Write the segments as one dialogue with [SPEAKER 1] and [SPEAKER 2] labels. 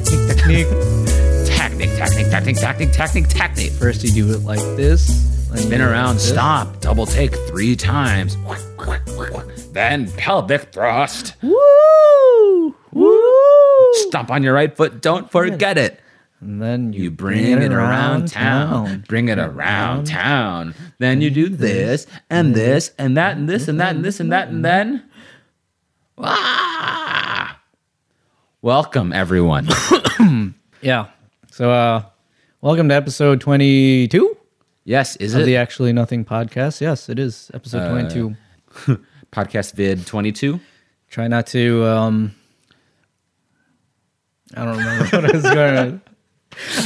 [SPEAKER 1] technique. Technique, technique, technique, technique, technique, technique.
[SPEAKER 2] First, you do it like this. Like
[SPEAKER 1] Spin around,
[SPEAKER 2] this.
[SPEAKER 1] stop, double take three times. Then pelvic thrust.
[SPEAKER 2] Woo! Woo!
[SPEAKER 1] Stomp on your right foot. Don't forget it.
[SPEAKER 2] And then you,
[SPEAKER 1] You bring it around town. Bring it around town. Then you do this and this and that and this and that and this and that and then. Ah! Welcome, everyone.
[SPEAKER 2] Yeah. So, uh, welcome to episode 22
[SPEAKER 1] Yes, is
[SPEAKER 2] of
[SPEAKER 1] it
[SPEAKER 2] the Actually Nothing podcast. Yes, it is episode 22.
[SPEAKER 1] podcast vid 22?
[SPEAKER 2] Try not to. Um, I don't remember what I was going. to.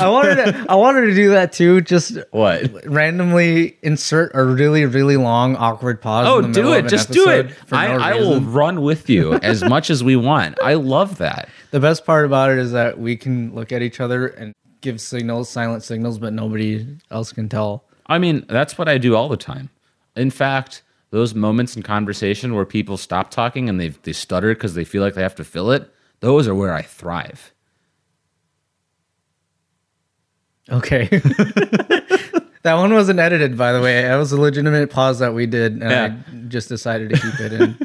[SPEAKER 2] I wanted to, I wanted to do that too. Just
[SPEAKER 1] What?
[SPEAKER 2] randomly insert a really really long awkward pause.
[SPEAKER 1] Oh,
[SPEAKER 2] in the middle
[SPEAKER 1] do
[SPEAKER 2] of
[SPEAKER 1] it.
[SPEAKER 2] an
[SPEAKER 1] Just do
[SPEAKER 2] episode
[SPEAKER 1] it.
[SPEAKER 2] for
[SPEAKER 1] I,
[SPEAKER 2] no
[SPEAKER 1] I
[SPEAKER 2] reason.
[SPEAKER 1] will run with you as much as we want. I love that.
[SPEAKER 2] The best part about it is that we can look at each other and give signals, silent signals, but nobody else can tell.
[SPEAKER 1] I mean, that's what I do all the time. In fact, those moments in conversation where people stop talking and they they stutter because they feel like they have to fill it, those are where I thrive.
[SPEAKER 2] Okay. that one wasn't edited, by the way. That was a legitimate pause that we did, and I just decided to keep it in.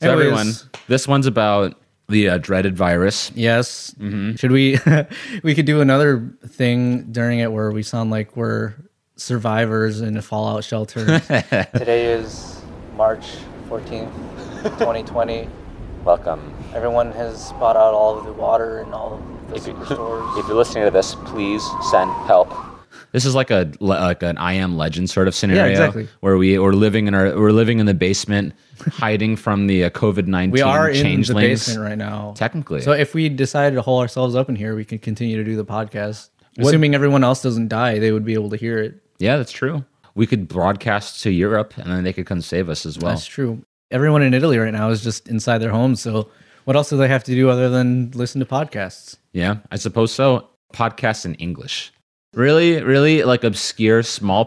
[SPEAKER 1] So
[SPEAKER 2] Anyways,
[SPEAKER 1] everyone, this one's about the uh, dreaded virus.
[SPEAKER 2] Yes.
[SPEAKER 1] Mm-hmm.
[SPEAKER 2] Should we? we could do another thing during it where we sound like we're survivors in a fallout shelter.
[SPEAKER 3] Today is March 14th, 2020.
[SPEAKER 4] Welcome.
[SPEAKER 3] Everyone has bought out all of the water and all of the
[SPEAKER 4] If, you,
[SPEAKER 3] superstores.
[SPEAKER 4] if you're listening to this, please send help.
[SPEAKER 1] This is like a like an I am legend sort of scenario
[SPEAKER 2] exactly.
[SPEAKER 1] where we we're living in our we're living in the basement, hiding from the uh, COVID nineteen.
[SPEAKER 2] we are in
[SPEAKER 1] changelings.
[SPEAKER 2] the basement right now.
[SPEAKER 1] Technically,
[SPEAKER 2] So if we decided to hole ourselves up in here, we can continue to do the podcast. Assuming everyone else doesn't die, they would be able to hear it.
[SPEAKER 1] yeah, that's true. We could broadcast to Europe, and then they could come save us as well.
[SPEAKER 2] That's true. Everyone in Italy right now is just inside their homes. So what else do they have to do other than listen to podcasts?
[SPEAKER 1] Yeah, I suppose so. Podcasts in English. Really, really like obscure small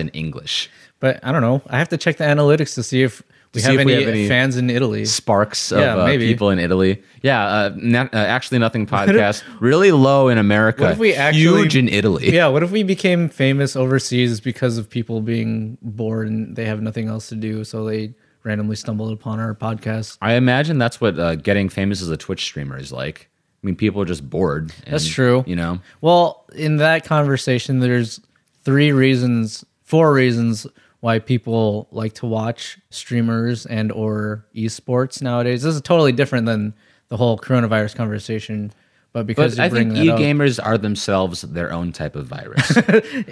[SPEAKER 1] in English.
[SPEAKER 2] But I don't know. I have to check the analytics to see if we,
[SPEAKER 1] see
[SPEAKER 2] have,
[SPEAKER 1] if
[SPEAKER 2] any
[SPEAKER 1] we have any-
[SPEAKER 2] fans in Italy.
[SPEAKER 1] Sparks of
[SPEAKER 2] Yeah,
[SPEAKER 1] uh,
[SPEAKER 2] maybe.
[SPEAKER 1] people in Italy. Yeah, uh, na- uh, actually, nothing podcast. really low in America.
[SPEAKER 2] What if we actually-
[SPEAKER 1] huge in Italy?
[SPEAKER 2] Yeah, what if we became famous overseas because of people being bored and they have nothing else to do, so they randomly stumbled upon our podcast?
[SPEAKER 1] I imagine that's what uh, getting famous as a Twitch streamer is like. I mean, people are just bored. and,
[SPEAKER 2] That's true.
[SPEAKER 1] You know,
[SPEAKER 2] Well, in that conversation, there's three reasons, four reasons why people like to watch streamers and or esports nowadays. This is totally different than the whole coronavirus conversation, but because
[SPEAKER 1] but
[SPEAKER 2] you
[SPEAKER 1] I
[SPEAKER 2] bring that
[SPEAKER 1] think e
[SPEAKER 2] up-
[SPEAKER 1] gamers are themselves their own type of virus.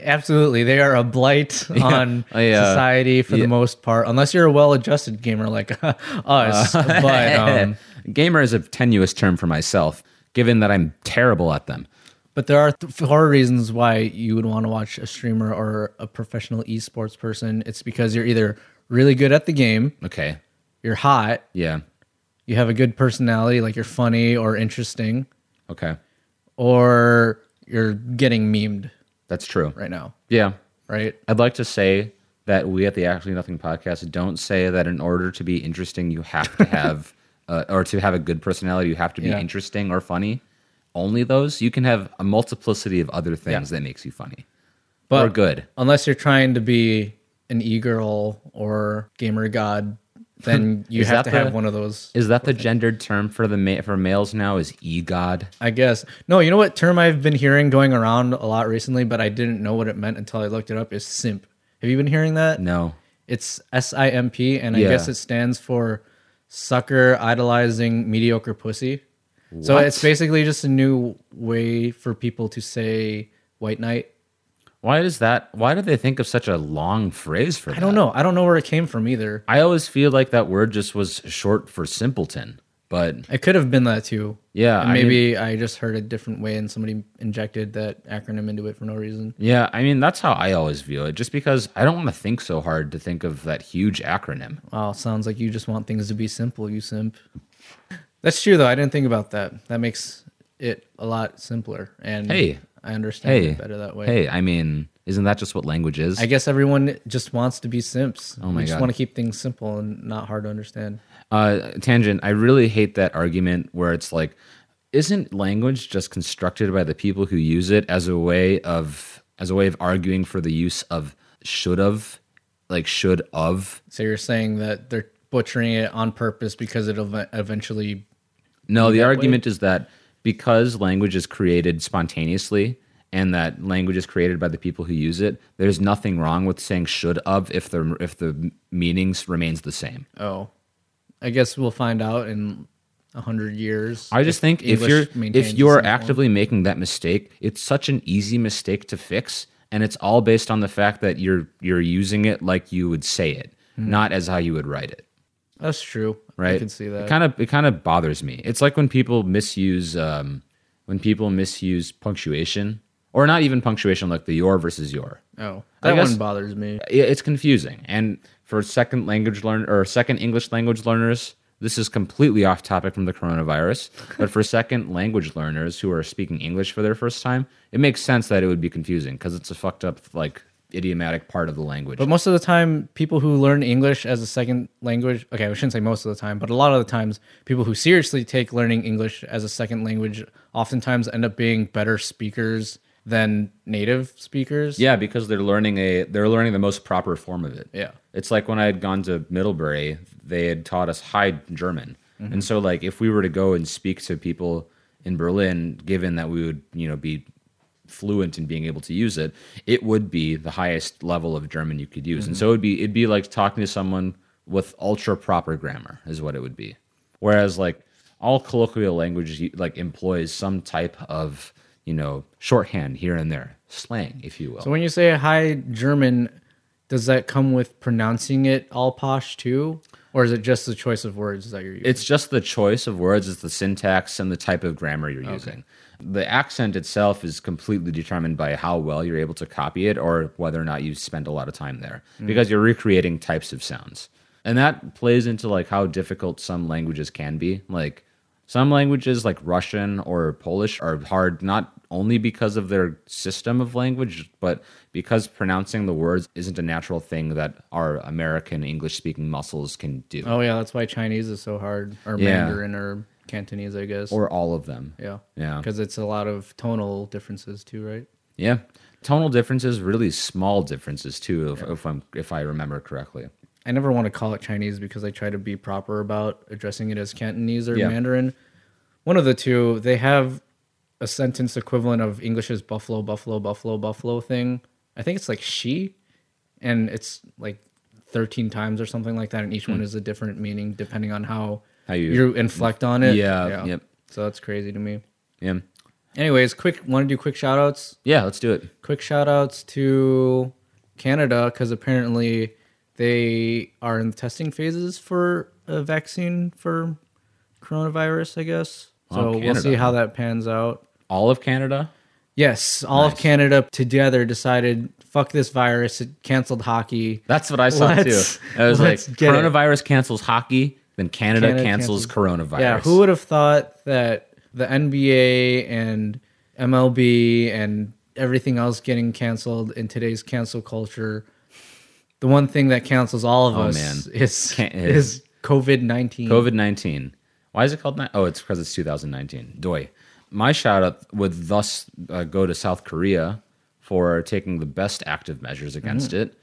[SPEAKER 2] absolutely, they are a blight on
[SPEAKER 1] I, uh,
[SPEAKER 2] society for the most part, unless you're a well-adjusted gamer like us. but um,
[SPEAKER 1] Gamer is a tenuous term for myself, given that I'm terrible at them.
[SPEAKER 2] But there are th- four reasons why you would want to watch a streamer or a professional esports person. It's because you're either really good at the game,
[SPEAKER 1] Okay.
[SPEAKER 2] you're hot,
[SPEAKER 1] Yeah.
[SPEAKER 2] you have a good personality, like you're funny or interesting,
[SPEAKER 1] Okay.
[SPEAKER 2] or you're getting memed
[SPEAKER 1] That's true.
[SPEAKER 2] right now,
[SPEAKER 1] Yeah.
[SPEAKER 2] right?
[SPEAKER 1] I'd like to say that we at the Actually Nothing podcast don't say that in order to be interesting, you have to have, uh, or to have a good personality, you have to be
[SPEAKER 2] Yeah.
[SPEAKER 1] interesting or funny. Only those. You can have a multiplicity of other things that makes you funny
[SPEAKER 2] But
[SPEAKER 1] or good.
[SPEAKER 2] unless you're trying to be an e-girl or gamer god, then you
[SPEAKER 1] Is
[SPEAKER 2] have
[SPEAKER 1] that
[SPEAKER 2] to
[SPEAKER 1] the-
[SPEAKER 2] have one of those.
[SPEAKER 1] Is that the gendered term for the ma- for males now? Is egod?
[SPEAKER 2] I guess. No, you know what term I've been hearing going around a lot recently, but I didn't know what it meant until I looked it up is simp. Have you been hearing that?
[SPEAKER 1] No.
[SPEAKER 2] It's S I M P, and I
[SPEAKER 1] Yeah.
[SPEAKER 2] guess it stands for sucker idolizing mediocre pussy. So
[SPEAKER 1] What?
[SPEAKER 2] it's basically just a new way for people to say white knight.
[SPEAKER 1] Why does that? Why do they think of such a long phrase for that?
[SPEAKER 2] I don't know. I don't know where it came from either.
[SPEAKER 1] I always feel like that word just was short for simpleton, but
[SPEAKER 2] It could have been that too.
[SPEAKER 1] Yeah,
[SPEAKER 2] And
[SPEAKER 1] Uh, I mean-
[SPEAKER 2] maybe I just heard a different way and somebody injected that acronym into it for no reason.
[SPEAKER 1] Yeah, I mean that's how I always view it. Just because I don't want to think so hard to think of that huge acronym.
[SPEAKER 2] Wow, sounds like you just want things to be simple, you simp. That's true though. I didn't think about that. That makes it a lot simpler. And
[SPEAKER 1] Hey.
[SPEAKER 2] I understand
[SPEAKER 1] Hey,
[SPEAKER 2] it better that way.
[SPEAKER 1] Hey, I mean, isn't that just what language is?
[SPEAKER 2] I guess everyone just wants to be simps. Oh
[SPEAKER 1] my
[SPEAKER 2] we just
[SPEAKER 1] God.
[SPEAKER 2] want to keep things simple and not hard to understand.
[SPEAKER 1] uh, tangent. I really hate that argument where it's like, isn't language just constructed by the people who use it as a way of as a way of arguing for the use of should of like should of
[SPEAKER 2] So you're saying that they're butchering it on purpose because it'll ev- eventually.
[SPEAKER 1] no the argument is that because language is created spontaneously and that language is created by the people who use it there's nothing wrong with saying should of if the if the meanings remains the same
[SPEAKER 2] Oh, I guess we'll find out in a hundred years.
[SPEAKER 1] I just think if
[SPEAKER 2] English
[SPEAKER 1] you're
[SPEAKER 2] maintains
[SPEAKER 1] if
[SPEAKER 2] the
[SPEAKER 1] you're
[SPEAKER 2] same form.
[SPEAKER 1] actively making that mistake, it's such an easy mistake to fix, and it's all based on the fact that you're you're using it like you would say it,
[SPEAKER 2] Hmm.
[SPEAKER 1] not as how you would write it.
[SPEAKER 2] that's true.
[SPEAKER 1] Right?
[SPEAKER 2] I can see that.
[SPEAKER 1] It kind of it kind of bothers me. It's like when people misuse um, when people misuse punctuation, or not even punctuation, like the your versus your.
[SPEAKER 2] oh,
[SPEAKER 1] I
[SPEAKER 2] that
[SPEAKER 1] guess-
[SPEAKER 2] one bothers me.
[SPEAKER 1] I- It's confusing, and for second language learn or second English language learners, this is completely off topic from the coronavirus. but for second language learners who are speaking English for their first time, it makes sense that it would be confusing because it's a fucked up like idiomatic part of the language.
[SPEAKER 2] But most of the time, people who learn English as a second language, okay, I shouldn't say most of the time, but a lot of the times, people who seriously take learning English as a second language oftentimes end up being better speakers than native speakers.
[SPEAKER 1] Yeah, because they're learning a they're learning the most proper form of it.
[SPEAKER 2] Yeah.
[SPEAKER 1] It's like when I had gone to Middlebury, they had taught us high German. And so like if we were to go and speak to people in Berlin, given that we would, you know, be fluent in being able to use it, it would be the highest level of German you could use. And so it'd be it'd be like talking to someone with ultra proper grammar is what it would be. Whereas like all colloquial language you- like employs some type of, you know, shorthand here and there, slang, if you will.
[SPEAKER 2] So when you say high German, does that come with pronouncing it all posh too? Or is it just the choice of words that you're using?
[SPEAKER 1] It's just the choice of words, it's the syntax and the type of grammar you're using. The accent itself is completely determined by how well you're able to copy it or whether or not you spend a lot of time there because you're recreating types of sounds. And that plays into like how difficult some languages can be. Like some languages like Russian or Polish are hard not only because of their system of language, but because pronouncing the words isn't a natural thing that our American English speaking muscles can do.
[SPEAKER 2] oh, yeah, that's why Chinese is so hard, or
[SPEAKER 1] Yeah.
[SPEAKER 2] Mandarin, or Cantonese, I guess.
[SPEAKER 1] or all of them.
[SPEAKER 2] yeah.
[SPEAKER 1] Yeah.
[SPEAKER 2] Because it's a lot of tonal differences too, right?
[SPEAKER 1] Yeah. Tonal differences, really small differences too, if, if I'm if I remember correctly.
[SPEAKER 2] I never want to call it Chinese because I try to be proper about addressing it as Cantonese or
[SPEAKER 1] Yeah.
[SPEAKER 2] Mandarin. One of the two, they have a sentence equivalent of English's buffalo, buffalo, buffalo, buffalo thing. I think it's like she, and it's like 13 times or something like that. And each one is a different meaning depending on how,
[SPEAKER 1] Hmm. How you-
[SPEAKER 2] you, inflect on it.
[SPEAKER 1] Yeah, yep.
[SPEAKER 2] So that's crazy to me.
[SPEAKER 1] Yeah.
[SPEAKER 2] Anyways, quick, want to do quick shout outs?
[SPEAKER 1] Yeah, let's do it.
[SPEAKER 2] quick shout outs to Canada because apparently they are in the testing phases for a vaccine for coronavirus, I guess.
[SPEAKER 1] Wow,
[SPEAKER 2] so we'll
[SPEAKER 1] Canada,
[SPEAKER 2] see how that pans out.
[SPEAKER 1] All of Canada?
[SPEAKER 2] Yes, all of Canada together decided fuck this virus, it canceled hockey.
[SPEAKER 1] That's what I saw
[SPEAKER 2] Let's-
[SPEAKER 1] too. I was like
[SPEAKER 2] let's get it.
[SPEAKER 1] coronavirus cancels hockey, then Canada,
[SPEAKER 2] Canada
[SPEAKER 1] cancels, coronavirus.
[SPEAKER 2] Yeah, who would have thought that the NBA and MLB and everything else getting canceled in today's cancel culture? The one thing that cancels all of
[SPEAKER 1] Oh,
[SPEAKER 2] us
[SPEAKER 1] man.
[SPEAKER 2] is
[SPEAKER 1] Can't-
[SPEAKER 2] is COVID nineteen.
[SPEAKER 1] COVID 19. Why is it called? Ni- oh, it's because it's 2019. Doi. My shout out would thus uh, go to South Korea for taking the best active measures against it.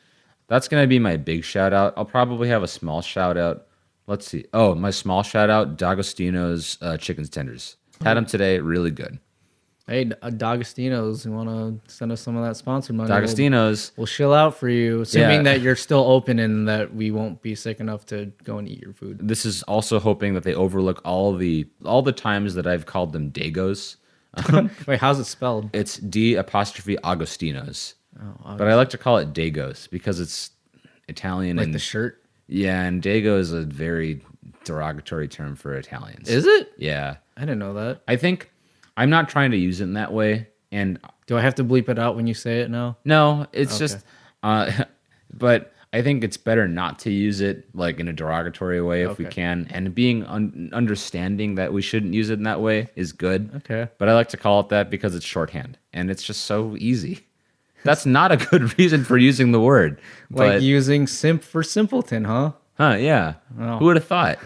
[SPEAKER 1] That's going to be my big shout out. I'll probably have a small shout out. Let's see. Oh, my small shout out D'Agostino's uh, chicken tenders. Had them today. Really good.
[SPEAKER 2] Hey, D- uh, D'Agostino's, you want to send us some of that sponsor money? We'll-
[SPEAKER 1] D'Agostino's.
[SPEAKER 2] We'll, chill out for you, assuming
[SPEAKER 1] Yeah.
[SPEAKER 2] that you're still open and that we won't be sick enough to go and eat your food.
[SPEAKER 1] This is also hoping that they overlook all the all the times that I've called them Dagos.
[SPEAKER 2] Wait, how's it spelled?
[SPEAKER 1] It's D apostrophe Agostino's.
[SPEAKER 2] Oh,
[SPEAKER 1] But I like to call it Dagos because it's Italian
[SPEAKER 2] like
[SPEAKER 1] and
[SPEAKER 2] the shirt?
[SPEAKER 1] yeah, and Dago is a very derogatory term for Italians.
[SPEAKER 2] Is it?
[SPEAKER 1] Yeah,
[SPEAKER 2] I didn't know that.
[SPEAKER 1] I think I'm not trying to use it in that way, and
[SPEAKER 2] Do I have to bleep it out when you say it now?
[SPEAKER 1] no, it's just, uh, but I think it's better not to use it like in a derogatory way if we
[SPEAKER 2] Okay.
[SPEAKER 1] can, and being un- understanding that we shouldn't use it in that way is good.
[SPEAKER 2] Okay.
[SPEAKER 1] but I like to call it that because it's shorthand and it's just so easy. That's not a good reason for using the word.
[SPEAKER 2] Like
[SPEAKER 1] but-
[SPEAKER 2] using simp for simpleton, huh?
[SPEAKER 1] Huh, yeah.
[SPEAKER 2] Wow.
[SPEAKER 1] Who would have thought?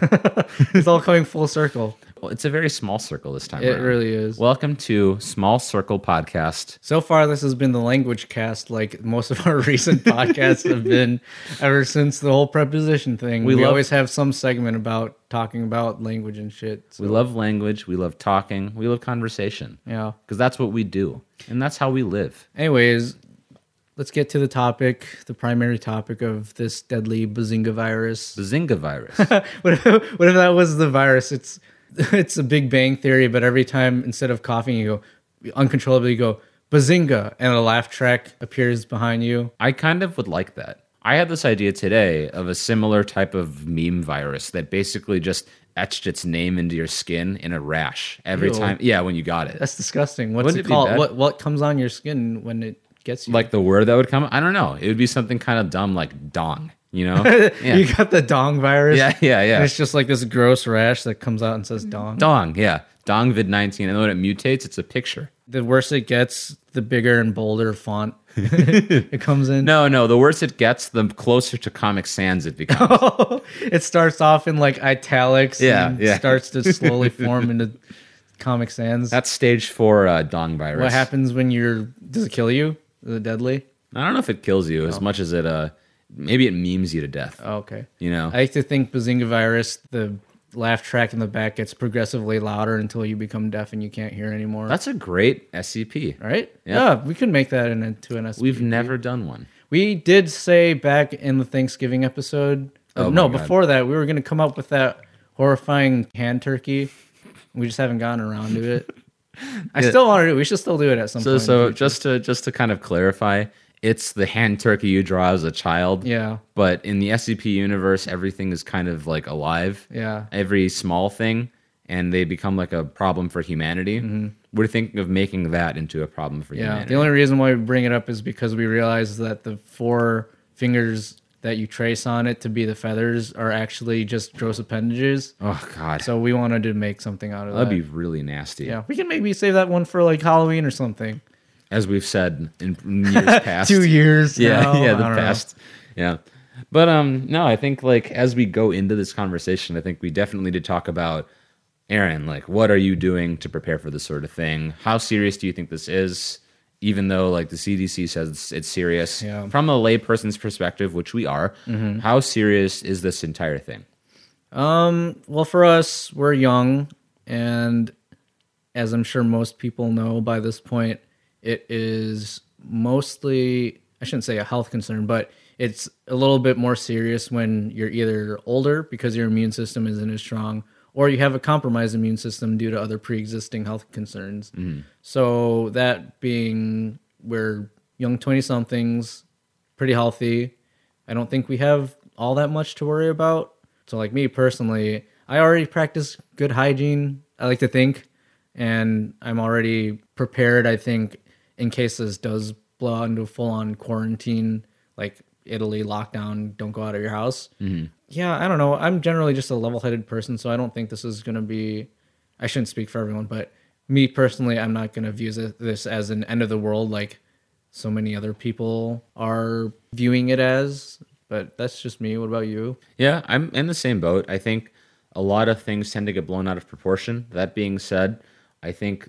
[SPEAKER 2] It's all coming full circle.
[SPEAKER 1] Well, it's a very small circle this time.
[SPEAKER 2] It
[SPEAKER 1] around.
[SPEAKER 2] really is.
[SPEAKER 1] Welcome to Small Circle Podcast.
[SPEAKER 2] So far, this has been the language cast, like most of our recent podcasts have been ever since the whole preposition thing.
[SPEAKER 1] We
[SPEAKER 2] We,
[SPEAKER 1] love-
[SPEAKER 2] always have some segment about talking about language and shit. So,
[SPEAKER 1] We love language. We love talking. We love conversation
[SPEAKER 2] yeah.
[SPEAKER 1] because that's what we do, and that's how we live.
[SPEAKER 2] Anyways, let's get to the topic, the primary topic of this deadly bazinga virus.
[SPEAKER 1] Bazinga virus.
[SPEAKER 2] what, if, what if that was the virus? It's it's a Big Bang Theory, but every time instead of coughing, you go you uncontrollably go bazinga, and a laugh track appears behind you.
[SPEAKER 1] I kind of would like that. I had this idea today of a similar type of meme virus that basically just etched its name into your skin in a rash every
[SPEAKER 2] Ew.
[SPEAKER 1] time. Yeah, when you got it.
[SPEAKER 2] That's disgusting. What's it
[SPEAKER 1] Wouldn't it be
[SPEAKER 2] called?
[SPEAKER 1] bad?
[SPEAKER 2] What what comes on your skin when it gets you?
[SPEAKER 1] like the word that would come. I don't know. It would be something kind of dumb like dong, you know? Yeah.
[SPEAKER 2] you got the dong virus.
[SPEAKER 1] yeah, yeah,
[SPEAKER 2] And
[SPEAKER 1] yeah.
[SPEAKER 2] it's just like this gross rash that comes out and says dong.
[SPEAKER 1] Dong, yeah. Dong vid 19. And then when it mutates, it's a picture.
[SPEAKER 2] The worse it gets, the bigger and bolder font it comes in.
[SPEAKER 1] No, no. The worse it gets, the closer to Comic Sans it becomes.
[SPEAKER 2] it starts off in like italics.
[SPEAKER 1] Yeah,
[SPEAKER 2] and
[SPEAKER 1] yeah.
[SPEAKER 2] Starts to slowly form into Comic Sans.
[SPEAKER 1] That's stage four uh, dong virus.
[SPEAKER 2] what happens when you're? Does it kill you? Is it deadly?
[SPEAKER 1] I don't know if it kills you as much as it, uh, maybe it memes you to death,
[SPEAKER 2] Oh, okay.
[SPEAKER 1] you know?
[SPEAKER 2] I like to think Bazinga Virus, the laugh track in the back gets progressively louder until you become deaf and you can't hear anymore.
[SPEAKER 1] That's a great SCP.
[SPEAKER 2] right? E
[SPEAKER 1] Yeah.
[SPEAKER 2] Yeah. we could make that an- into an SPP.
[SPEAKER 1] We've never done one.
[SPEAKER 2] we did say back in the Thanksgiving episode. uh,
[SPEAKER 1] Oh
[SPEAKER 2] no,
[SPEAKER 1] my God.
[SPEAKER 2] before that, we were going to come up with that horrifying hand turkey. We just haven't gotten around to it. I
[SPEAKER 1] Yeah.
[SPEAKER 2] still want to do it. We should still do it at some
[SPEAKER 1] So,
[SPEAKER 2] point.
[SPEAKER 1] so just to just to kind of clarify, it's the hand turkey you draw as a child.
[SPEAKER 2] yeah.
[SPEAKER 1] But in the SCP universe, everything is kind of like alive.
[SPEAKER 2] Yeah.
[SPEAKER 1] Every small thing, and they become like a problem for humanity. We're thinking of making that into a problem for
[SPEAKER 2] Mm-hmm. Yeah.
[SPEAKER 1] humanity.
[SPEAKER 2] The only reason why we bring it up is because we realize that the four fingers that you trace on it to be the feathers are actually just gross appendages.
[SPEAKER 1] oh God,
[SPEAKER 2] So we wanted to make something out of
[SPEAKER 1] that'd
[SPEAKER 2] that.
[SPEAKER 1] be really nasty.
[SPEAKER 2] yeah. We can maybe save that one for like Halloween or something.
[SPEAKER 1] As we've said in years past.
[SPEAKER 2] Two years.
[SPEAKER 1] yeah,
[SPEAKER 2] now,
[SPEAKER 1] yeah,
[SPEAKER 2] I
[SPEAKER 1] the
[SPEAKER 2] don't know.
[SPEAKER 1] past. Yeah. But um no, I think like as we go into this conversation, I think we definitely did talk about Aaron, like what are you doing to prepare for this sort of thing? How serious do you think this is? Even though like the CDC says it's, it's serious,
[SPEAKER 2] Yeah. Mm-hmm.
[SPEAKER 1] from a layperson's perspective, which we are, how serious is this entire thing?
[SPEAKER 2] Well, for us, we're young, and as I'm sure most people know by this point, it is mostly, I shouldn't say a health concern, but it's a little bit more serious when you're either older because your immune system isn't as strong, or you have a compromised immune system due to other pre existing health concerns. So, that being, we're young 20 somethings, pretty healthy. I don't think we have all that much to worry about. So, like me personally, I already practice good hygiene, I like to think, and I'm already prepared, I think, in case this does blow out into full on quarantine, like Italy lockdown, don't go out of your house. Yeah, I don't know. I'm generally just a level headed person, so I don't think this is going to be, I shouldn't speak for everyone, but me personally, I'm not going to view thi- this as an end of the world, like so many other people are viewing it as. But that's just me. What about you?
[SPEAKER 1] Yeah, I'm in the same boat. I think a lot of things tend to get blown out of proportion. That being said, I think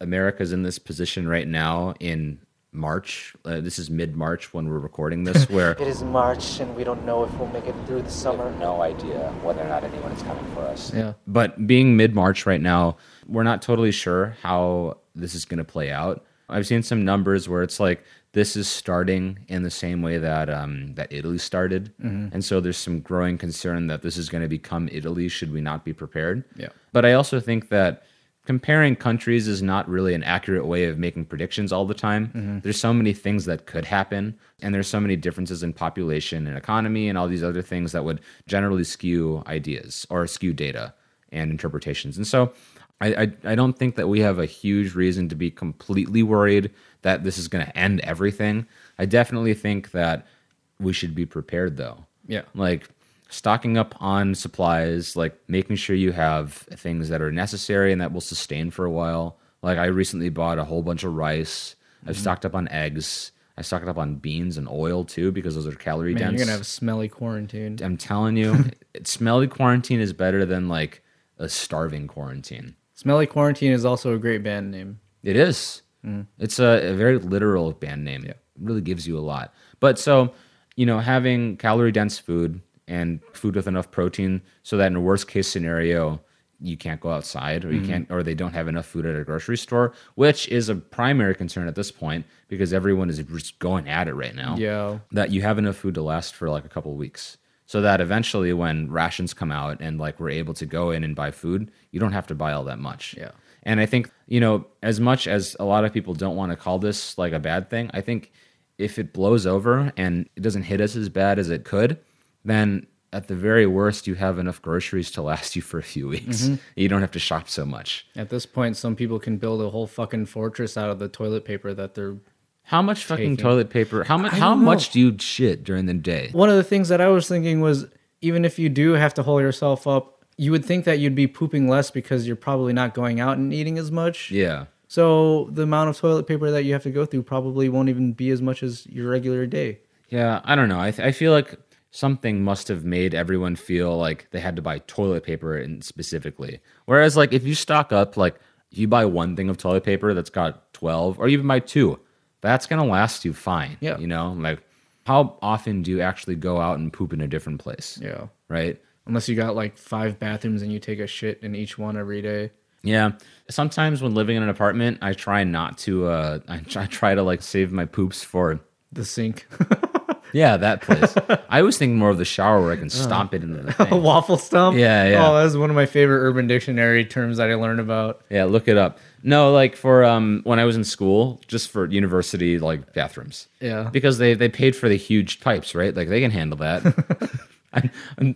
[SPEAKER 1] America's in this position right now in March. Uh, this is mid March when we're recording this, where
[SPEAKER 3] It is March, and we don't know if we'll make it through the
[SPEAKER 4] We
[SPEAKER 3] summer.
[SPEAKER 4] have no idea whether or not anyone is coming for us.
[SPEAKER 2] Yeah.
[SPEAKER 1] but being mid March right now, we're not totally sure how this is going to play out. I've seen some numbers where it's like this is starting in the same way that um, that Italy started, and so there's some growing concern that this is going to become Italy. Should we not be prepared?
[SPEAKER 2] Yeah.
[SPEAKER 1] But I also think that comparing countries is not really an accurate way of making predictions all the time. There's so many things that could happen, and there's so many differences in population and economy and all these other things that would generally skew ideas or skew data and interpretations. And so I, I, I don't think that we have a huge reason to be completely worried that this is going to end everything. I definitely think that we should be prepared though
[SPEAKER 2] Yeah.
[SPEAKER 1] like stocking up on supplies, like making sure you have things that are necessary and that will sustain for a while. Like I recently bought a whole bunch of rice. I've stocked up on eggs. I stocked up on beans and oil too because those are calorie
[SPEAKER 2] Man,
[SPEAKER 1] dense.
[SPEAKER 2] you're gonna have a smelly quarantine.
[SPEAKER 1] I'm telling you, it- smelly quarantine is better than like a starving quarantine.
[SPEAKER 2] Smelly Quarantine is also a great band name.
[SPEAKER 1] It is. It's a, a very literal band name. It really gives you a lot. But so, you know, having calorie dense food and food with enough protein so that in a worst case scenario, you can't go outside or you can't or they don't have enough food at a grocery store, which is a primary concern at this point because everyone is just going at it right now
[SPEAKER 2] Yo.
[SPEAKER 1] that you have enough food to last for like a couple weeks so that eventually when rations come out and like we're able to go in and buy food you don't have to buy all that much
[SPEAKER 2] Yeah.
[SPEAKER 1] and i think you know as much as a lot of people don't want to call this like a bad thing i think if it blows over and it doesn't hit us as bad as it could then at the very worst you have enough groceries to last you for a few weeks you don't have to shop so much
[SPEAKER 2] At this point, some people can build a whole fucking fortress out of the toilet paper that they're
[SPEAKER 1] how much
[SPEAKER 2] Taking-
[SPEAKER 1] fucking toilet paper how much
[SPEAKER 2] I
[SPEAKER 1] how
[SPEAKER 2] don't know.
[SPEAKER 1] much do you shit during the day
[SPEAKER 2] One of the things that I was thinking was even if you do have to hole yourself up, you would think that you'd be pooping less because you're probably not going out and eating as much.
[SPEAKER 1] yeah
[SPEAKER 2] So the amount of toilet paper that you have to go through probably won't even be as much as your regular day.
[SPEAKER 1] Yeah, I don't know. I, th- I feel like something must have made everyone feel like they had to buy toilet paper in specifically. Whereas, like, if you stock up, like, if you buy one thing of toilet paper that's got 12, or even buy two, that's going to last you fine.
[SPEAKER 2] Yeah.
[SPEAKER 1] You know, like, how often do you actually go out and poop in a different place?
[SPEAKER 2] Yeah.
[SPEAKER 1] Right?
[SPEAKER 2] Unless you got like five bathrooms and you take a shit in each one every day.
[SPEAKER 1] Yeah. Sometimes when living in an apartment, I try not to, uh, I try, I try to, like, save my poops for
[SPEAKER 2] The sink.
[SPEAKER 1] Yeah, that place. I was thinking more of the shower where I can
[SPEAKER 2] Uh-huh.
[SPEAKER 1] stomp it into the
[SPEAKER 2] a
[SPEAKER 1] thing.
[SPEAKER 2] waffle stump.
[SPEAKER 1] Yeah, yeah.
[SPEAKER 2] Oh, that was one of my favorite urban dictionary terms that I learned about.
[SPEAKER 1] Yeah, look it up. No, like for um when I was in school, just for university like bathrooms.
[SPEAKER 2] Yeah.
[SPEAKER 1] Because they they paid for the huge pipes, right? Like they can handle that. i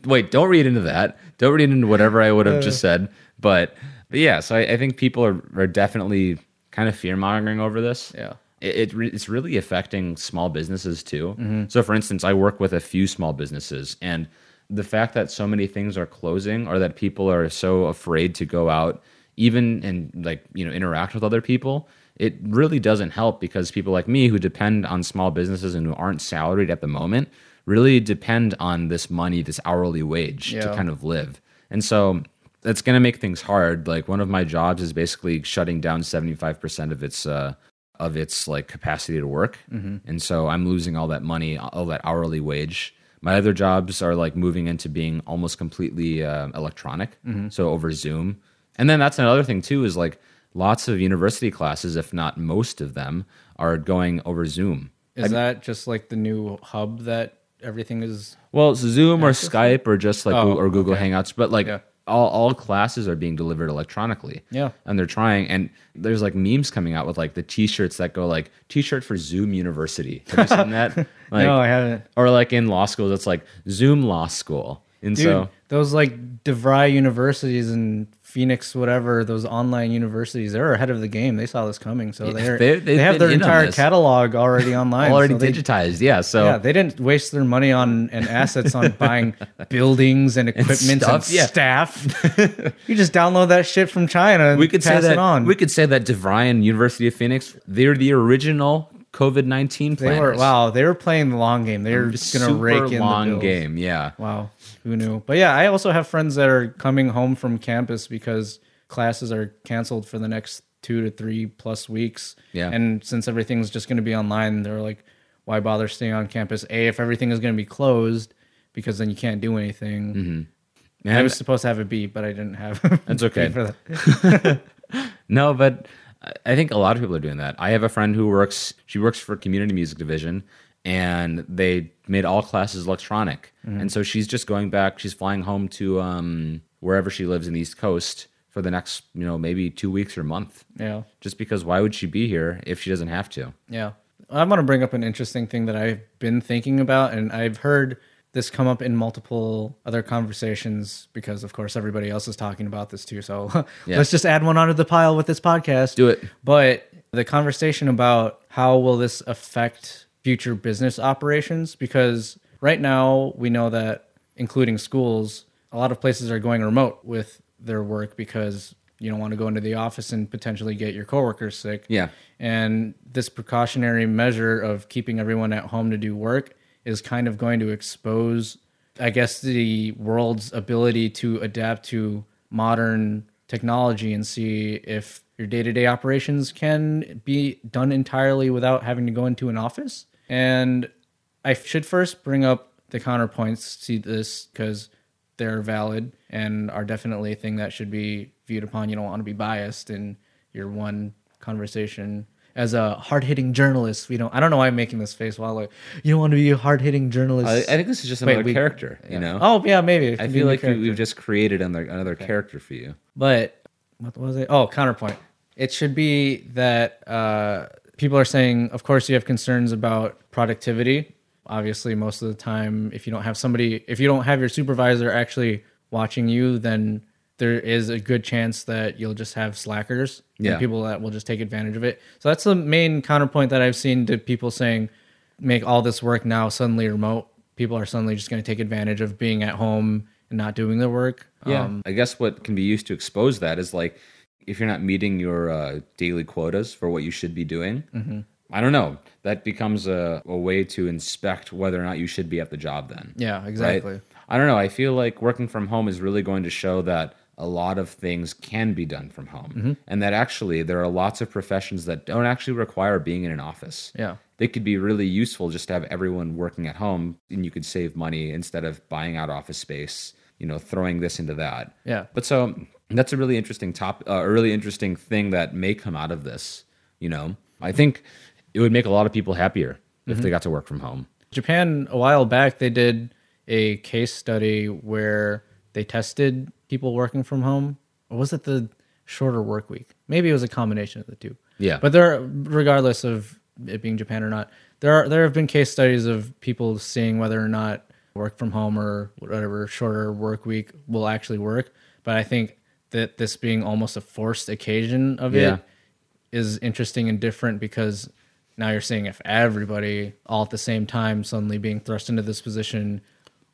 [SPEAKER 1] wait, don't read into that. Don't read into whatever I would have just said. But, but yeah, so I, I think people are, are definitely kind of fear mongering over this.
[SPEAKER 2] Yeah.
[SPEAKER 1] It, it re- it's really affecting small businesses too. So, for instance, I work with a few small businesses, and the fact that so many things are closing or that people are so afraid to go out, even and like, you know, interact with other people, it really doesn't help because people like me who depend on small businesses and who aren't salaried at the moment really depend on this money, this hourly wage to
[SPEAKER 2] Yeah.
[SPEAKER 1] kind of live. And so that's going to make things hard. Like one of my jobs is basically shutting down 75% of its uh of its like capacity to work. And so I'm losing all that money, all that hourly wage. My other jobs are like moving into being almost completely uh, electronic, so over Zoom. And then that's another thing too is like lots of university classes, if not most of them, are going over Zoom.
[SPEAKER 2] Is that just like the new hub that everything is?
[SPEAKER 1] Well, it's Zoom or Skype or just like
[SPEAKER 2] Oh,
[SPEAKER 1] Goo- or Google Hangouts, but like
[SPEAKER 2] Yeah.
[SPEAKER 1] all all classes are being delivered electronically.
[SPEAKER 2] Yeah.
[SPEAKER 1] and they're trying. And there's like memes coming out with like the T-shirts that go like T-shirt for Zoom University. Have you seen that? Like,
[SPEAKER 2] no, I haven't.
[SPEAKER 1] Or like in law schools, it's like Zoom Law School. And
[SPEAKER 2] Dude,
[SPEAKER 1] so
[SPEAKER 2] those like DeVry universities and Phoenix, whatever, those online universities, they're ahead of the game. They saw this coming. So they're,
[SPEAKER 1] they-
[SPEAKER 2] they
[SPEAKER 1] they've
[SPEAKER 2] have
[SPEAKER 1] been
[SPEAKER 2] their
[SPEAKER 1] in on
[SPEAKER 2] entire
[SPEAKER 1] this.
[SPEAKER 2] catalog already online.
[SPEAKER 1] already
[SPEAKER 2] so they-
[SPEAKER 1] digitized. Yeah, so
[SPEAKER 2] yeah, they didn't waste their money on and assets on buying buildings and equipment and,
[SPEAKER 1] stuff, yeah.
[SPEAKER 2] staff. you just download that shit from China and
[SPEAKER 1] we could
[SPEAKER 2] pass
[SPEAKER 1] say that
[SPEAKER 2] it on.
[SPEAKER 1] we could say that DeVry University of Phoenix, they're the original COVID nineteen.
[SPEAKER 2] they were wow, they were playing the long game. They were going to rake in
[SPEAKER 1] long
[SPEAKER 2] the bills.
[SPEAKER 1] game. Yeah.
[SPEAKER 2] Wow, who knew? But yeah, I also have friends that are coming home from campus because classes are canceled for the next two to three plus weeks.
[SPEAKER 1] Yeah.
[SPEAKER 2] and since everything's just going to be online, they're like, why bother staying on campus? A, if everything is going to be closed, because then you can't do anything.
[SPEAKER 1] Mm-hmm.
[SPEAKER 2] I
[SPEAKER 1] And-
[SPEAKER 2] was supposed to have a B, but I didn't have. a
[SPEAKER 1] That's
[SPEAKER 2] B
[SPEAKER 1] okay.
[SPEAKER 2] for that.
[SPEAKER 1] No, but I- I think a lot of people are doing that. I have a friend who works, she works for community music division and they made all classes electronic. And so she's just going back, she's flying home to um, wherever she lives in the East Coast for the next, you know, maybe two weeks or month.
[SPEAKER 2] Yeah,
[SPEAKER 1] Just because why would she be here if she doesn't have to?
[SPEAKER 2] yeah. I want to bring up an interesting thing that I've been thinking about, and I've heard this come up in multiple other conversations because, of course, everybody else is talking about this too. So let's just add one onto the pile with this podcast.
[SPEAKER 1] Do it.
[SPEAKER 2] But the conversation about how will this affect future business operations? Because right now we know that, including schools, a lot of places are going remote with their work because you don't want to go into the office and potentially get your coworkers sick.
[SPEAKER 1] Yeah.
[SPEAKER 2] And this precautionary measure of keeping everyone at home to do work is kind of going to expose, I guess, the world's ability to adapt to modern technology and see if your day-to-day operations can be done entirely without having to go into an office. And I should first bring up the counterpoints to this because they're valid and are definitely a thing that should be viewed upon. You don't want to be biased in your one conversation. As a hard-hitting journalist, you know, I don't know why I'm making this face while like you don't want to be a hard-hitting journalist.
[SPEAKER 1] I, I think this is just
[SPEAKER 2] Wait,
[SPEAKER 1] another
[SPEAKER 2] we-
[SPEAKER 1] character. You know,
[SPEAKER 2] Oh yeah, maybe. It
[SPEAKER 1] I
[SPEAKER 2] could be
[SPEAKER 1] feel
[SPEAKER 2] a
[SPEAKER 1] like you,
[SPEAKER 2] character.
[SPEAKER 1] we've just created another another character for you.
[SPEAKER 2] But what was it? Oh, counterpoint. It should be that uh, people are saying, of course, you have concerns about productivity. Obviously, most of the time, if you don't have somebody, if you don't have your supervisor actually watching you, then there is a good chance that you'll just have slackers and
[SPEAKER 1] Yeah.
[SPEAKER 2] people that will just take advantage of it. So that's the main counterpoint that I've seen to people saying, make all this work now suddenly remote. People are suddenly just going to take advantage of being at home and not doing their work.
[SPEAKER 1] Um, I guess what can be used to expose that is like if you're not meeting your uh, daily quotas for what you should be doing.
[SPEAKER 2] Mm-hmm.
[SPEAKER 1] I don't know. That becomes a, a way to inspect whether or not you should be at the job then.
[SPEAKER 2] Yeah,
[SPEAKER 1] right?
[SPEAKER 2] exactly.
[SPEAKER 1] I don't know. I feel like working from home is really going to show that a lot of things can be done from home
[SPEAKER 2] Mm-hmm.
[SPEAKER 1] and that actually there are lots of professions that don't actually require being in an office.
[SPEAKER 2] Yeah.
[SPEAKER 1] They could be really useful just to have everyone working at home and you could save money instead of buying out office space, you know, throwing this into that.
[SPEAKER 2] Yeah.
[SPEAKER 1] But so that's a really interesting top, uh, a really interesting thing that may come out of this. You know, I think it would make a lot of people happier if they got to work from home.
[SPEAKER 2] Japan a while back they did a case study where they tested people working from home. Or was it the shorter work week? Maybe it was a combination of the two.
[SPEAKER 1] Yeah.
[SPEAKER 2] But there regardless of it being Japan or not, there are there have been case studies of people seeing whether or not work from home or whatever shorter work week will actually work. But I think that this being almost a forced occasion of
[SPEAKER 1] Yeah.
[SPEAKER 2] it is interesting and different because now you're seeing if everybody all at the same time suddenly being thrust into this position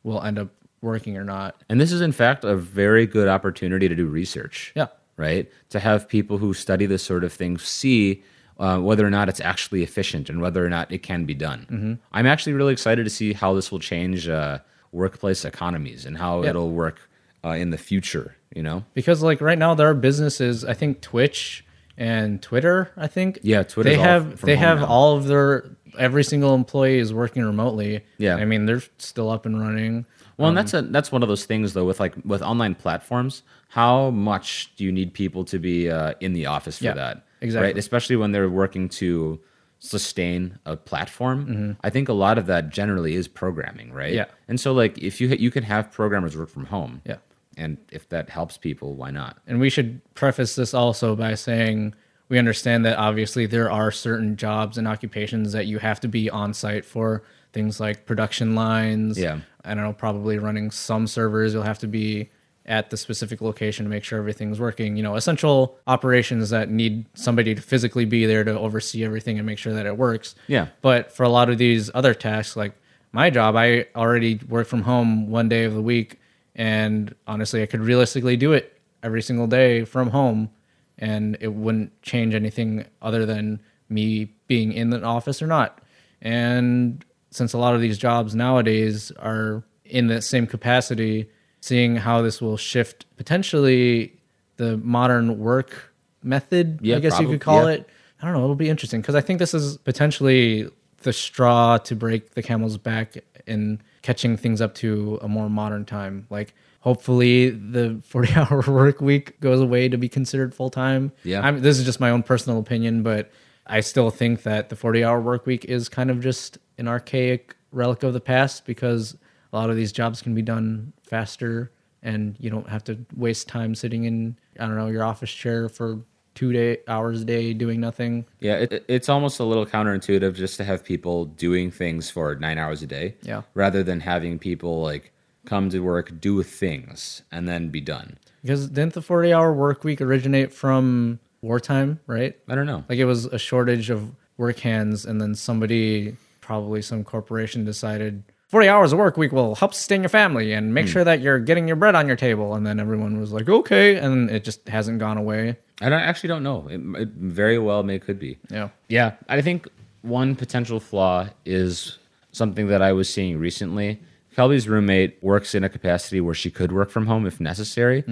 [SPEAKER 2] will end up working or not.
[SPEAKER 1] And this is, in fact, a very good opportunity to do research.
[SPEAKER 2] Yeah.
[SPEAKER 1] Right? To have people who study this sort of thing see uh, whether or not it's actually efficient and whether or not it can be done.
[SPEAKER 2] Mm-hmm.
[SPEAKER 1] I'm actually really excited to see how this will change uh, workplace economies and how
[SPEAKER 2] Yeah.
[SPEAKER 1] it'll work uh, in the future, you know?
[SPEAKER 2] Because like right now there are businesses, I think Twitch and Twitter, I think.
[SPEAKER 1] Yeah, Twitter's
[SPEAKER 2] They
[SPEAKER 1] all
[SPEAKER 2] have
[SPEAKER 1] from
[SPEAKER 2] they
[SPEAKER 1] home
[SPEAKER 2] have
[SPEAKER 1] now.
[SPEAKER 2] all of their every single employee is working remotely.
[SPEAKER 1] Yeah.
[SPEAKER 2] I mean, they're still up and running.
[SPEAKER 1] Well,
[SPEAKER 2] Um,
[SPEAKER 1] and that's a that's one of those things though with like with online platforms. How much do you need people to be uh, in the office for
[SPEAKER 2] Yeah,
[SPEAKER 1] that?
[SPEAKER 2] exactly.
[SPEAKER 1] Right, especially when they're working to sustain a platform. I think a lot of that generally is programming, right?
[SPEAKER 2] Mm-hmm. Yeah.
[SPEAKER 1] And so like if you you can have programmers work from home.
[SPEAKER 2] Yeah.
[SPEAKER 1] And if that helps people, why not?
[SPEAKER 2] and we should preface this also by saying we understand that obviously there are certain jobs and occupations that you have to be on site for things like production lines
[SPEAKER 1] Yeah.
[SPEAKER 2] i don't know probably running some servers you'll have to be at the specific location to make sure everything's working you know essential operations that need somebody to physically be there to oversee everything and make sure that it works
[SPEAKER 1] Yeah.
[SPEAKER 2] but for a lot of these other tasks, like my job, I already work from home one day of the week. And honestly, I could realistically do it every single day from home. And it wouldn't change anything other than me being in the office or not. And since a lot of these jobs nowadays are in that same capacity, seeing how this will shift potentially the modern work method,
[SPEAKER 1] Yeah,
[SPEAKER 2] I guess you
[SPEAKER 1] probably,
[SPEAKER 2] could call
[SPEAKER 1] yeah.
[SPEAKER 2] it. I don't know. It'll be interesting because I think this is potentially the straw to break the camel's back in catching things up to a more modern time. Like, hopefully, the 40 hour work week goes away to be considered full time.
[SPEAKER 1] Yeah.
[SPEAKER 2] I'm, this is just my own personal opinion, but I still think that the 40 hour work week is kind of just an archaic relic of the past because a lot of these jobs can be done faster and you don't have to waste time sitting in, I don't know, your office chair for two day hours a day doing nothing.
[SPEAKER 1] Yeah, it, it's almost a little counterintuitive just to have people doing things for nine hours a day.
[SPEAKER 2] Yeah.
[SPEAKER 1] Rather than having people like come to work, do things, and then be done.
[SPEAKER 2] Because didn't the 40 hour work week originate from wartime, right?
[SPEAKER 1] I don't know.
[SPEAKER 2] Like it was a shortage of work hands, and then somebody, probably some corporation, decided 40 hours of work week will help sustain your family and make sure that you're getting your bread on your table. And then everyone was like, okay. And it just hasn't gone away.
[SPEAKER 1] I don't, actually don't know. It, it very well may could be.
[SPEAKER 2] Yeah.
[SPEAKER 1] Yeah, I think one potential flaw is something that I was seeing recently Kelby's roommate works in a capacity where she could work from home if necessary,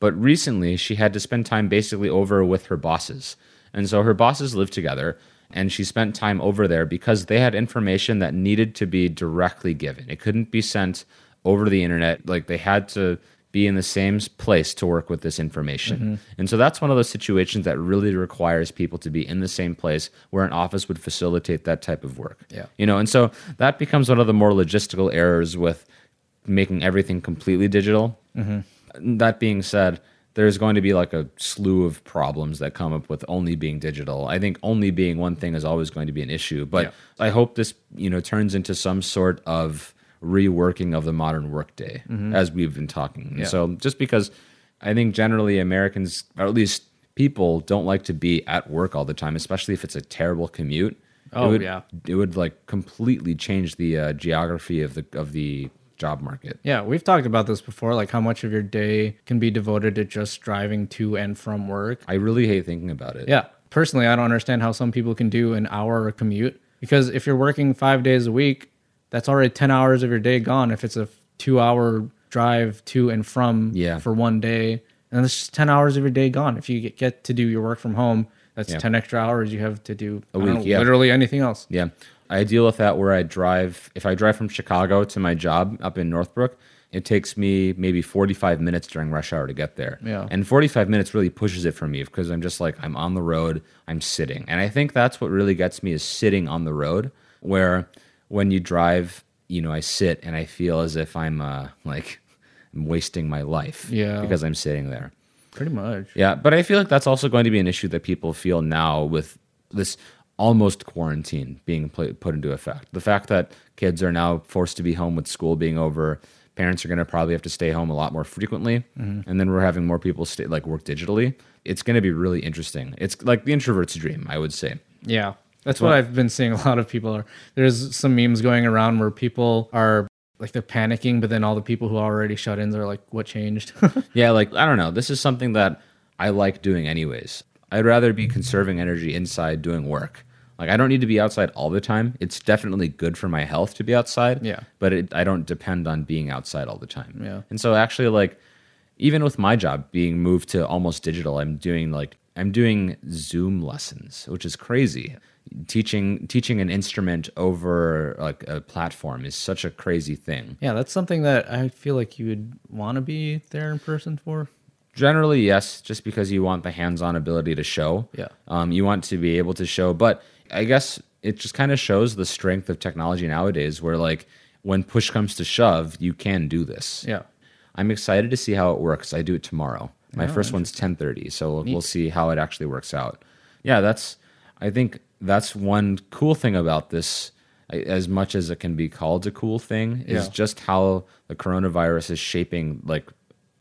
[SPEAKER 1] but recently she had to spend time basically over with her bosses. And so her bosses lived together and she spent time over there because they had information that needed to be directly given. It couldn't be sent over the internet. Like they had to be in the same place to work with this information. And so that's one of those situations that really requires people to be in the same place where an office would facilitate that type of work.
[SPEAKER 2] Yeah.
[SPEAKER 1] You know, and so that becomes one of the more logistical errors with making everything completely digital. That being said, there's going to be like a slew of problems that come up with only being digital. I think only being one thing is always going to be an issue, but
[SPEAKER 2] Yeah.
[SPEAKER 1] I hope this, you know, turns into some sort of reworking of the modern workday as we've been talking. And
[SPEAKER 2] Mm-hmm. Yeah.
[SPEAKER 1] So just because I think generally Americans, or at least people, don't like to be at work all the time, especially if it's a terrible commute.
[SPEAKER 2] Oh,
[SPEAKER 1] it would,
[SPEAKER 2] yeah.
[SPEAKER 1] it would like completely change the uh, geography of the of the job market.
[SPEAKER 2] Yeah, we've talked about this before, like how much of your day can be devoted to just driving to and from work.
[SPEAKER 1] I really hate thinking about it.
[SPEAKER 2] Yeah, personally, I don't understand how some people can do an hour commute because if you're working five days a week, that's already 10 hours of your day gone. If it's a two hour drive to and from
[SPEAKER 1] Yeah.
[SPEAKER 2] for one day, and that's just 10 hours of your day gone. If you get- get to do your work from home, that's
[SPEAKER 1] Yeah.
[SPEAKER 2] 10 extra hours you have to do I don't
[SPEAKER 1] week,
[SPEAKER 2] know,
[SPEAKER 1] yeah.
[SPEAKER 2] literally anything else.
[SPEAKER 1] Yeah. I deal with that where I drive, if I drive from Chicago to my job up in Northbrook, it takes me maybe 45 minutes during rush hour to get there.
[SPEAKER 2] Yeah.
[SPEAKER 1] And 45 minutes really pushes it for me because I'm just like, I'm on the road, I'm sitting. And I think that's what really gets me is sitting on the road, where when you drive, you know, I sit and I feel as if I'm uh, like, I'm wasting my life
[SPEAKER 2] Yeah.
[SPEAKER 1] because I'm sitting there.
[SPEAKER 2] Pretty much.
[SPEAKER 1] Yeah, but I feel like that's also going to be an issue that people feel now with this almost quarantine being pla put into effect. The fact that kids are now forced to be home with school being over, parents are going to probably have to stay home a lot more frequently, and then we're having more people stay like work digitally. It's going to be really interesting. It's like the introvert's dream, I would say.
[SPEAKER 2] Yeah. That's what I've been seeing a lot of people are. There's some memes going around where people are like they're panicking, but then all the people who already shut ins are like, what changed?
[SPEAKER 1] Yeah, like I don't know. This is something that I like doing anyways. I'd rather be conserving energy inside doing work. Like I don't need to be outside all the time. It's definitely good for my health to be outside.
[SPEAKER 2] Yeah.
[SPEAKER 1] But it, I don't depend on being outside all the time.
[SPEAKER 2] Yeah.
[SPEAKER 1] And so actually like even with my job being moved to almost digital, I'm doing like I'm doing Zoom lessons, which is crazy. Teaching teaching an instrument over like a platform is such a crazy thing.
[SPEAKER 2] yeah, that's something that I feel like you would want to be there in person for.
[SPEAKER 1] Generally, yes, just because you want the hands-on ability to show.
[SPEAKER 2] Yeah.
[SPEAKER 1] Um, you want to be able to show, but I guess it just kind of shows the strength of technology nowadays where like when push comes to shove, you can do this.
[SPEAKER 2] Yeah.
[SPEAKER 1] I'm excited to see how it works. I do it tomorrow. My
[SPEAKER 2] Oh,
[SPEAKER 1] first one's 10:30, so we'll- we'll see how it actually works out. Yeah, that's I think that's one cool thing about this I- as much as it can be called a cool thing is
[SPEAKER 2] Yeah.
[SPEAKER 1] just how the coronavirus is shaping like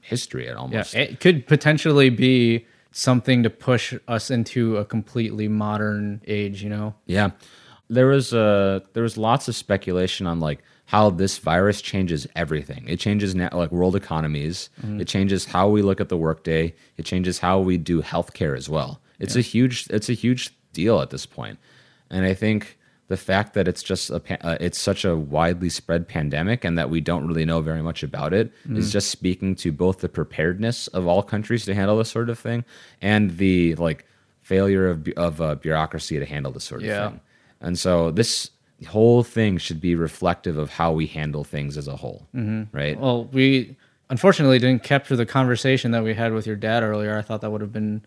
[SPEAKER 1] history at almost.
[SPEAKER 2] Yeah, it could potentially be something to push us into a completely modern age, you know?
[SPEAKER 1] Yeah, there was uh, there was lots of speculation on like how this virus changes everything. It changes na- like world economies. It changes how we look at the workday. It changes how we do healthcare as well. It's a huge it's a huge deal at this point, and I think the fact that it's just a pa- uh, it's such a widely spread pandemic and that we don't really know very much about it is just speaking to both the preparedness of all countries to handle this sort of thing and the like failure of bu- of uh, bureaucracy to handle this sort of
[SPEAKER 2] Yeah.
[SPEAKER 1] thing. And so this whole thing should be reflective of how we handle things as a whole, right?
[SPEAKER 2] Well, we unfortunately didn't capture the conversation that we had with your dad earlier. I thought that would have been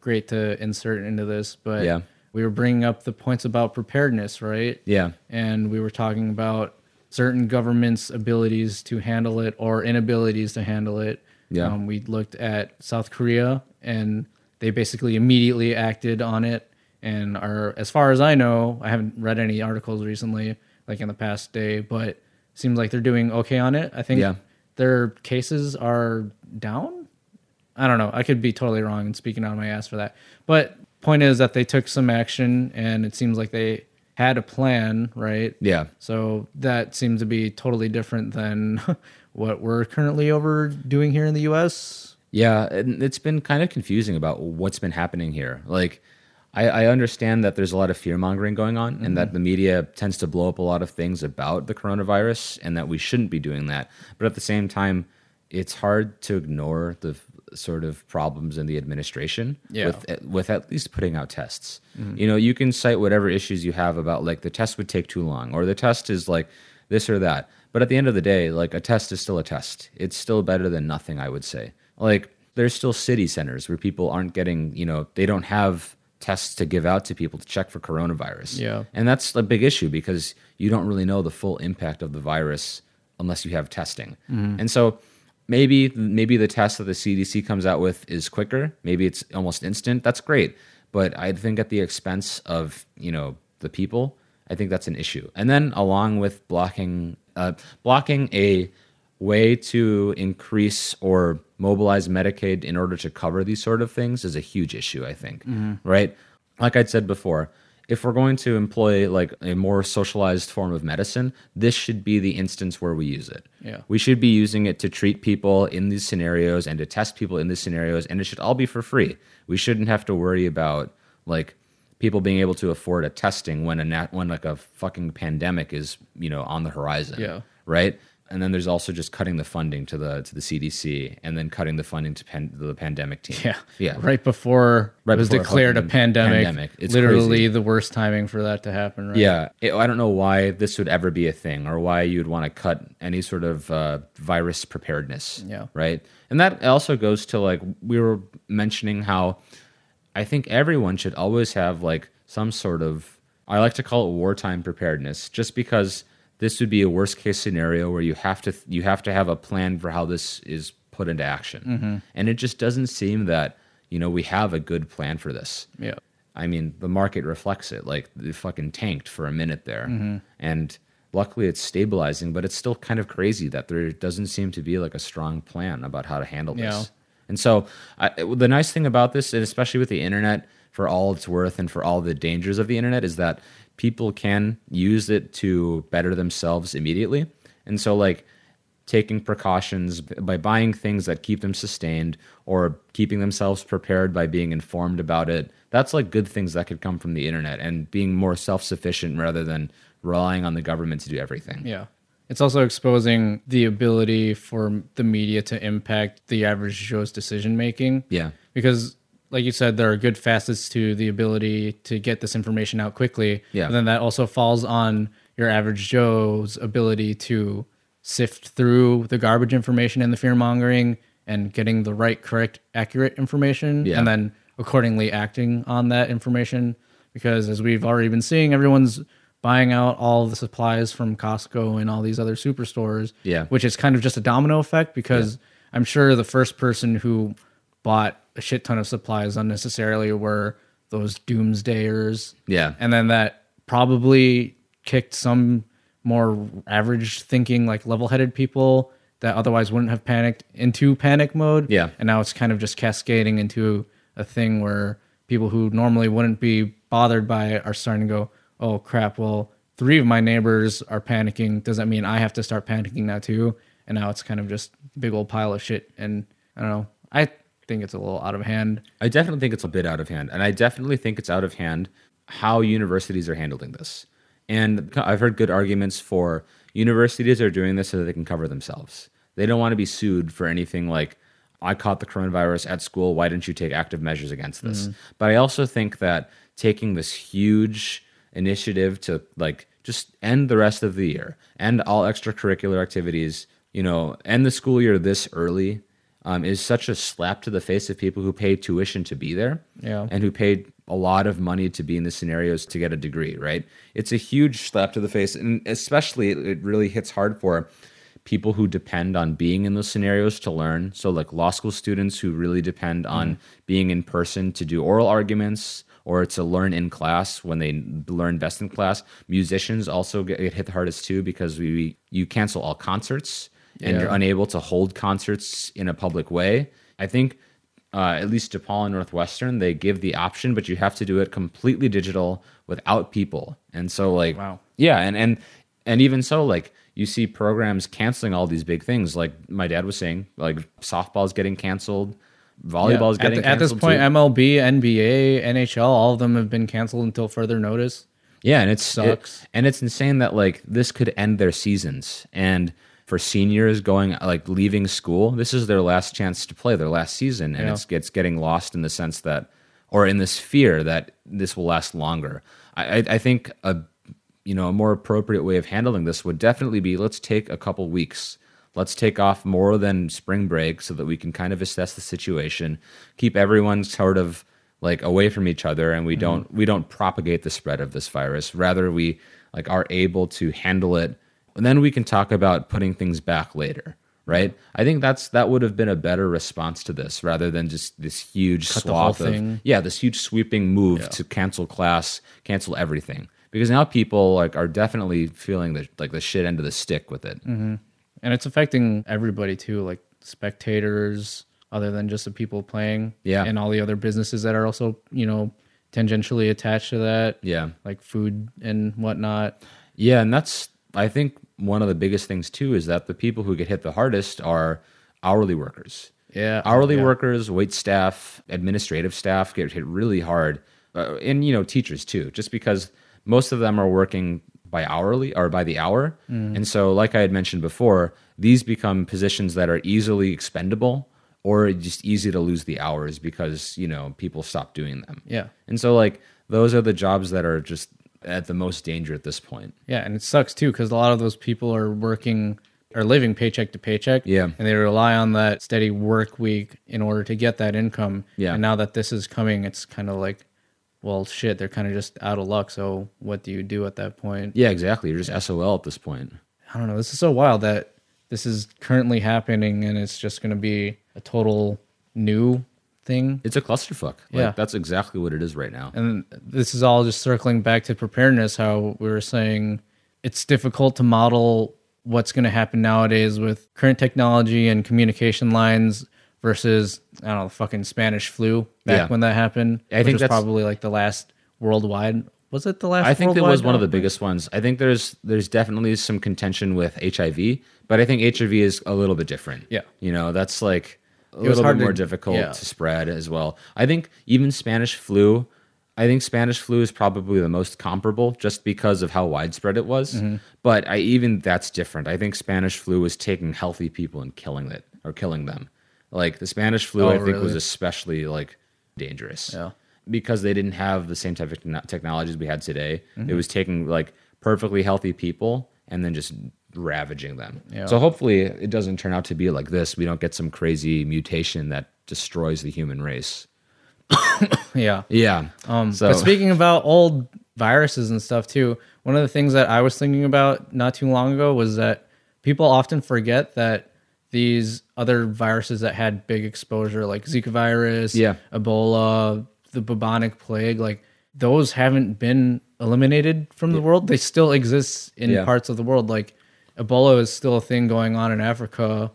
[SPEAKER 2] great to insert into this, but
[SPEAKER 1] Yeah.
[SPEAKER 2] we were bringing up the points about preparedness, right?
[SPEAKER 1] yeah,
[SPEAKER 2] And we were talking about certain governments' abilities to handle it or inabilities to handle it.
[SPEAKER 1] Yeah.
[SPEAKER 2] Um, we looked at South Korea and they basically immediately acted on it and are as far as I know, I haven't read any articles recently like in the past day, but seems like they're doing okay on it. I think
[SPEAKER 1] Yeah.
[SPEAKER 2] their cases are down. I don't know. I could be totally wrong and speaking out of my ass for that. But point is that they took some action and it seems like they had a plan, right?
[SPEAKER 1] yeah.
[SPEAKER 2] So that seems to be totally different than what we're currently overdoing here in the US.
[SPEAKER 1] Yeah, and it's been kind of confusing about what's been happening here. Like, I, I understand that there's a lot of fear mongering going on and
[SPEAKER 2] Mm-hmm.
[SPEAKER 1] that the media tends to blow up a lot of things about the coronavirus and that we shouldn't be doing that. But at the same time, it's hard to ignore the f- sort of problems in the administration
[SPEAKER 2] Yeah.
[SPEAKER 1] with, at- with at least putting out tests. You know, you can cite whatever issues you have about like the test would take too long or the test is like this or that. But at the end of the day, like a test is still a test. It's still better than nothing, I would say. Like there's still city centers where people aren't getting, you know, they don't have tests to give out to people to check for coronavirus.
[SPEAKER 2] Yeah.
[SPEAKER 1] And that's a big issue because you don't really know the full impact of the virus unless you have testing. And so maybe maybe the test that the CDC comes out with is quicker, maybe it's almost instant. That's great, but I think at the expense of, you know, the people, I think that's an issue. And then along with blocking uh, blocking a way to increase or mobilize Medicaid in order to cover these sort of things is a huge issue, I think. Right? Like I'd said before, if we're going to employ like a more socialized form of medicine, this should be the instance where we use it.
[SPEAKER 2] Yeah.
[SPEAKER 1] We should be using it to treat people in these scenarios and to test people in these scenarios and it should all be for free. We shouldn't have to worry about like people being able to afford a testing when a nat- when like a fucking pandemic is, you know, on the horizon
[SPEAKER 2] Yeah.
[SPEAKER 1] right? And then there's also just cutting the funding to the to the CDC, and then cutting the funding to pan, the pandemic team.
[SPEAKER 2] Yeah.
[SPEAKER 1] yeah,
[SPEAKER 2] Right before
[SPEAKER 1] Right
[SPEAKER 2] it was
[SPEAKER 1] before a
[SPEAKER 2] declared a
[SPEAKER 1] fucking
[SPEAKER 2] pandemic.
[SPEAKER 1] pandemic. It's
[SPEAKER 2] literally
[SPEAKER 1] crazy.
[SPEAKER 2] the worst timing for that to happen, right?
[SPEAKER 1] yeah. It- I don't know why this would ever be a thing, or why you'd want to cut any sort of uh, virus preparedness.
[SPEAKER 2] Yeah.
[SPEAKER 1] right. And that also goes to like we were mentioning how I think everyone should always have like some sort of I like to call it wartime preparedness just because this would be a worst case scenario where you have to you have to have a plan for how this is put into action.
[SPEAKER 2] Mm-hmm.
[SPEAKER 1] And it just doesn't seem that, you know, we have a good plan for this.
[SPEAKER 2] Yeah.
[SPEAKER 1] I mean, the market reflects it. Like it fucking tanked for a minute there, and luckily it's stabilizing. But it's still kind of crazy that there doesn't seem to be like a strong plan about how to handle this.
[SPEAKER 2] Yeah.
[SPEAKER 1] And so, I, it- the nice thing about this, and especially with the internet, for all it's worth, and for all the dangers of the internet, is that people can use it to better themselves immediately. And so, like taking precautions b- by buying things that keep them sustained or keeping themselves prepared by being informed about it. That's like good things that could come from the internet and being more self sufficient rather than relying on the government to do everything.
[SPEAKER 2] Yeah. It's also exposing the ability for the media to impact the average Joe's decision making.
[SPEAKER 1] Yeah.
[SPEAKER 2] Because, like you said, there are good facets to the ability to get this information out quickly.
[SPEAKER 1] Yeah.
[SPEAKER 2] And then that also falls on your average Joe's ability to sift through the garbage information and the fear mongering and getting the right, correct, accurate information.
[SPEAKER 1] Yeah.
[SPEAKER 2] And then accordingly acting on that information. Because as we've already been seeing, everyone's buying out all the supplies from Costco and all these other superstores.
[SPEAKER 1] Yeah.
[SPEAKER 2] Which is kind of just a domino effect because I'm sure the first person who bought a shit ton of supplies unnecessarily were those doomsdayers.
[SPEAKER 1] Yeah.
[SPEAKER 2] And then that probably kicked some more average thinking, like level headed people that otherwise wouldn't have panicked into panic mode.
[SPEAKER 1] Yeah.
[SPEAKER 2] And now it's kind of just cascading into a thing where people who normally wouldn't be bothered by it are starting to go, oh crap, well, three of my neighbors are panicking. Does that mean I have to start panicking now too? And now it's kind of just big old pile of shit. And I don't know. I think it's a little out of hand.
[SPEAKER 1] I definitely think it's a bit out of hand, and I definitely think it's out of hand how universities are handling this. And I've heard good arguments for universities are doing this so that they can cover themselves. They don't want to be sued for anything like I caught the coronavirus at school. Why didn't you take active measures against this? But I also think that taking this huge initiative to like just end the rest of the year, end all extracurricular activities, you know, end the school year this early um, is such a slap to the face of people who pay tuition to be there
[SPEAKER 2] Yeah.
[SPEAKER 1] and who paid a lot of money to be in the scenarios to get a degree, right? It's a huge slap to the face. And especially, it- it really hits hard for people who depend on being in those scenarios to learn. So, like law school students who really depend on being in person to do oral arguments or to learn in class when they learn best in class. Musicians also get, get hit the hardest too because we you cancel all concerts and you're
[SPEAKER 2] Yeah.
[SPEAKER 1] unable to hold concerts in a public way. I think uh, at least DePaul and Northwestern, they give the option, but you have to do it completely digital without people. And so, like,
[SPEAKER 2] Wow.
[SPEAKER 1] yeah, and and and even so, like, you see programs canceling all these big things. Like my dad was saying, like softball's getting canceled. Volleyball is
[SPEAKER 2] at,
[SPEAKER 1] getting
[SPEAKER 2] the- at this
[SPEAKER 1] canceled,
[SPEAKER 2] point,
[SPEAKER 1] too.
[SPEAKER 2] MLB, NBA, NHL, all of them have been canceled until further notice.
[SPEAKER 1] Yeah, and it's it-
[SPEAKER 2] Sucks.
[SPEAKER 1] and it's insane that like this could end their seasons. And for seniors going like leaving school, this is their last chance to play their last season, and
[SPEAKER 2] Yeah.
[SPEAKER 1] it's it's getting lost in the sense that, or in this fear that this will last longer. I I, I think a you know a more appropriate way of handling this would definitely be let's take a couple weeks. Let's take off more than spring break so that we can kind of assess the situation, keep everyone sort of like away from each other and
[SPEAKER 2] Mm-hmm.
[SPEAKER 1] we don't we don't propagate the spread of this virus rather we like are able to handle it and then we can talk about putting things back later right i think that's that would have been a better response to this rather than just this huge
[SPEAKER 2] the
[SPEAKER 1] swath
[SPEAKER 2] whole
[SPEAKER 1] of
[SPEAKER 2] thing.
[SPEAKER 1] yeah this huge sweeping move to cancel class cancel everything because now people like are definitely feeling the like the shit end of the stick with it
[SPEAKER 2] Mm-hmm. And it's affecting everybody too, like spectators, other than just the people playing.
[SPEAKER 1] Yeah.
[SPEAKER 2] And all the other businesses that are also, you know, tangentially attached to that.
[SPEAKER 1] yeah
[SPEAKER 2] Like food and whatnot.
[SPEAKER 1] Yeah, and that's I think one of the biggest things too is that the people who get hit the hardest are hourly workers.
[SPEAKER 2] Yeah.
[SPEAKER 1] Hourly
[SPEAKER 2] Yeah.
[SPEAKER 1] workers, wait staff, administrative staff get hit really hard, uh, and you know teachers too, just because most of them are working by hourly or by the hour,
[SPEAKER 2] Mm.
[SPEAKER 1] and so like I had mentioned before, these become positions that are easily expendable or just easy to lose the hours because you know people stop doing them.
[SPEAKER 2] Yeah.
[SPEAKER 1] and so like those are the jobs that are just at the most danger at this point.
[SPEAKER 2] Yeah, and it sucks too because a lot of those people are working are living paycheck to paycheck.
[SPEAKER 1] Yeah.
[SPEAKER 2] and they rely on that steady work week in order to get that income.
[SPEAKER 1] Yeah.
[SPEAKER 2] and now that this is coming, it's kind of like, well, shit, they're kind of just out of luck. So what do you do at that point?
[SPEAKER 1] Yeah, exactly. You're just SOL at this point.
[SPEAKER 2] I don't know. This is so wild that this is currently happening, and it's just going to be a total new thing.
[SPEAKER 1] It's a clusterfuck. Like,
[SPEAKER 2] Yeah.
[SPEAKER 1] That's exactly what it is right now.
[SPEAKER 2] and this is all just circling back to preparedness how we were saying it's difficult to model what's going to happen nowadays with current technology and communication lines versus i don't know fucking spanish flu back
[SPEAKER 1] Yeah.
[SPEAKER 2] when that happened
[SPEAKER 1] I
[SPEAKER 2] which
[SPEAKER 1] think
[SPEAKER 2] was
[SPEAKER 1] that's-
[SPEAKER 2] probably like the last worldwide was it the last
[SPEAKER 1] I think that
[SPEAKER 2] worldwide?
[SPEAKER 1] was one of the
[SPEAKER 2] No.
[SPEAKER 1] biggest ones. I think there's there's definitely some contention with HIV, but I think HIV is a little bit different.
[SPEAKER 2] Yeah.
[SPEAKER 1] You know, that's like a
[SPEAKER 2] was
[SPEAKER 1] little bit
[SPEAKER 2] hard to-
[SPEAKER 1] more difficult
[SPEAKER 2] yeah.
[SPEAKER 1] to spread as well. I think even Spanish flu, I think Spanish flu is probably the most comparable just because of how widespread it was.
[SPEAKER 2] Mm-hmm.
[SPEAKER 1] But I even that's different. I think Spanish flu was taking healthy people and killing it or killing them. Like the Spanish flu
[SPEAKER 2] Oh,
[SPEAKER 1] I think was
[SPEAKER 2] really?
[SPEAKER 1] especially like dangerous
[SPEAKER 2] Yeah.
[SPEAKER 1] because they didn't have the same type of techno- technologies we had today.
[SPEAKER 2] Mm-hmm.
[SPEAKER 1] It was taking like perfectly healthy people and then just ravaging them.
[SPEAKER 2] Yeah.
[SPEAKER 1] So hopefully it doesn't turn out to be like this. We don't get some crazy mutation that destroys the human race.
[SPEAKER 2] yeah
[SPEAKER 1] Yeah. Um, so
[SPEAKER 2] But speaking about old viruses and stuff too, one of the things that I was thinking about not too long ago was that people often forget that these other viruses that had big exposure, like Zika virus,
[SPEAKER 1] Yeah.
[SPEAKER 2] Ebola, the bubonic plague, like those haven't been eliminated from the world. They still exist in
[SPEAKER 1] Yeah.
[SPEAKER 2] parts of the world. Like Ebola is still a thing going on in Africa.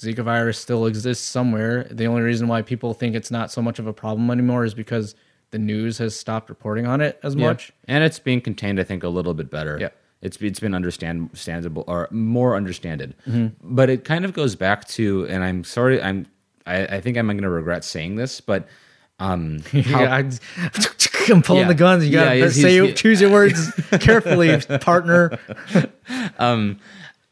[SPEAKER 2] Zika virus still exists somewhere. The only reason why people think it's not so much of a problem anymore is because the news has stopped reporting on it as
[SPEAKER 1] Yeah.
[SPEAKER 2] much.
[SPEAKER 1] and it's being contained, I think, a little bit better.
[SPEAKER 2] Yeah.
[SPEAKER 1] It's, it's been understand- understandable or more understanded,
[SPEAKER 2] Mm-hmm.
[SPEAKER 1] but it kind of goes back to, and I'm sorry, I'm, I, I think I'm going to regret saying this, but um, how-
[SPEAKER 2] Yeah, I, am pulling
[SPEAKER 1] Yeah.
[SPEAKER 2] the guns. You
[SPEAKER 1] Yeah,
[SPEAKER 2] gotta
[SPEAKER 1] he's-
[SPEAKER 2] say
[SPEAKER 1] he's-
[SPEAKER 2] your-
[SPEAKER 1] he-
[SPEAKER 2] choose your words carefully, partner.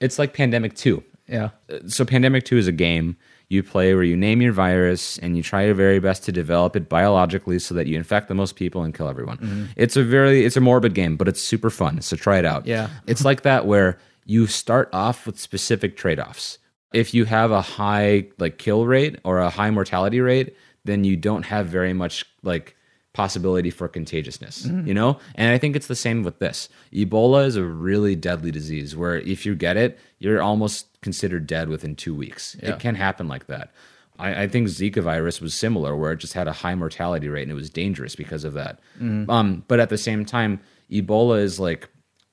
[SPEAKER 1] it's like pandemic two. Uh,
[SPEAKER 2] Yeah,
[SPEAKER 1] so pandemic 2 is a game you play where you name your virus and you try your very best to develop it biologically so that you infect the most people and kill everyone it's a very it's a morbid game but it's super fun so try it out
[SPEAKER 2] Yeah.
[SPEAKER 1] it's like that where you start off with specific trade-offs if you have a high like kill rate or a high mortality rate then you don't have very much like possibility for contagiousness you know and i think it's the same with this ebola is a really deadly disease where if you get it you're almost considered dead within two weeks
[SPEAKER 2] Yeah.
[SPEAKER 1] it can happen like that I, I think zika virus was similar where it just had a high mortality rate and it was dangerous because of that um, but at the same time ebola is like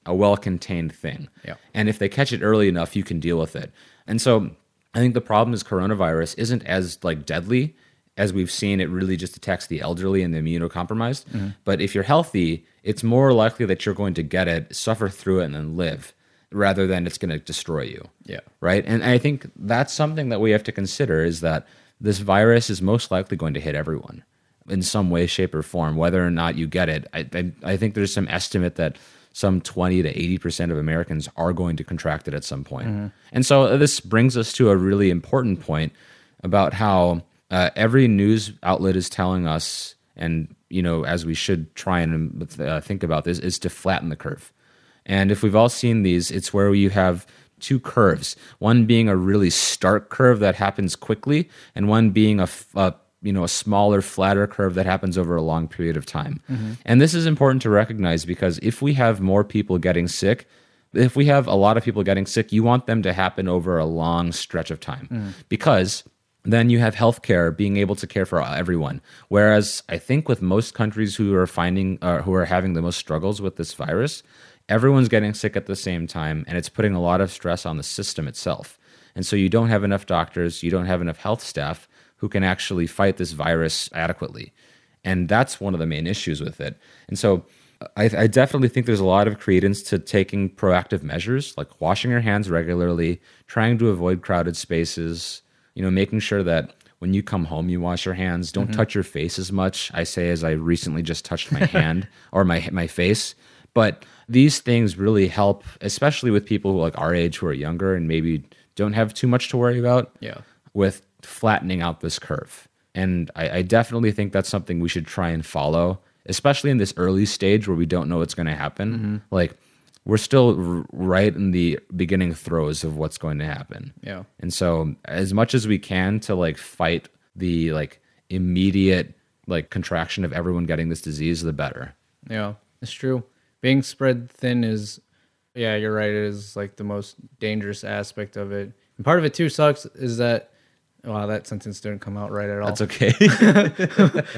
[SPEAKER 1] a well-contained thing
[SPEAKER 2] Yeah.
[SPEAKER 1] and if they catch it early enough you can deal with it and so i think the problem is coronavirus isn't as like deadly as we've seen it really just attacks the elderly and the immunocompromised
[SPEAKER 2] Mm-hmm.
[SPEAKER 1] but if you're healthy it's more likely that you're going to get it suffer through it and then live rather than it's going to destroy you
[SPEAKER 2] Yeah.
[SPEAKER 1] right and i think that's something that we have to consider is that This virus is most likely going to hit everyone in some way, shape, or form, whether or not you get it. I, I, I think there's some estimate that some 20 to 80% of Americans are going to contract it at some point. And so uh, this brings us to a really important point about how uh, every news outlet is telling us, and you know, as we should try and uh, think about this, is to flatten the curve. And if we've all seen these, it's where you have two curves, one being a really stark curve that happens quickly, and one being a, f- a, you know a smaller, flatter curve that happens over a long period of time. And this is important to recognize because if we have more people getting sick, if we have a lot of people getting sick, you want them to happen over a long stretch of time because then you have healthcare being able to care for everyone. Whereas I think with most countries who are finding uh, who are having the most struggles with this virus, everyone's getting sick at the same time, and it's putting a lot of stress on the system itself. And so you don't have enough doctors, you don't have enough health staff who can actually fight this virus adequately, and that's one of the main issues with it. And so. I, I definitely think there's a lot of credence to taking proactive measures like washing your hands regularly, trying to avoid crowded spaces, you know, making sure that when you come home, you wash your hands. Don't touch your face as much. I say as I recently just touched my hand or my my face. But these things really help, especially with people who like our age who are younger and maybe don't have too much to worry about.
[SPEAKER 2] Yeah.
[SPEAKER 1] With flattening out this curve, and I, I definitely think that's something we should try and follow, especially in this early stage where we don't know what's going to happen. Like we're still r- right in the beginning throes of what's going to happen.
[SPEAKER 2] Yeah.
[SPEAKER 1] And so as much as we can to like fight the like immediate like contraction of everyone getting this disease, the better.
[SPEAKER 2] Yeah, it's true. Being spread thin is, yeah, you're right. It is like the most dangerous aspect of it. And part of it too sucks is that, wow, that sentence didn't come out right at all.
[SPEAKER 1] That's okay.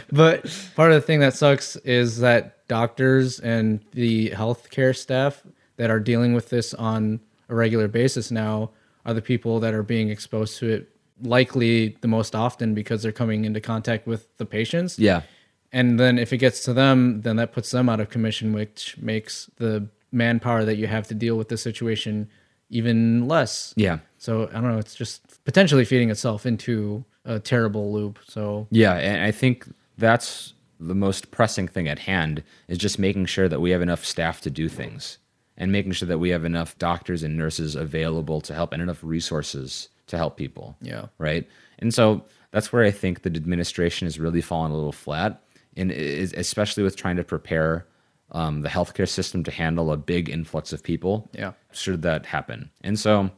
[SPEAKER 2] but part of the thing that sucks is that doctors and the healthcare staff that are dealing with this on a regular basis now are the people that are being exposed to it likely the most often because they're coming into contact with the patients.
[SPEAKER 1] yeah.
[SPEAKER 2] And then if it gets to them, then that puts them out of commission, which makes the manpower that you have to deal with the situation even less.
[SPEAKER 1] Yeah.
[SPEAKER 2] So I don't know. It's just potentially feeding itself into a terrible loop. So
[SPEAKER 1] Yeah, and I think that's the most pressing thing at hand is just making sure that we have enough staff to do things and making sure that we have enough doctors and nurses available to help and enough resources to help people.
[SPEAKER 2] Yeah.
[SPEAKER 1] Right? And so that's where I think the administration has really fallen a little flat and is especially with trying to prepare um, the healthcare system to handle a big influx of people
[SPEAKER 2] Yeah.
[SPEAKER 1] should that happen. And so,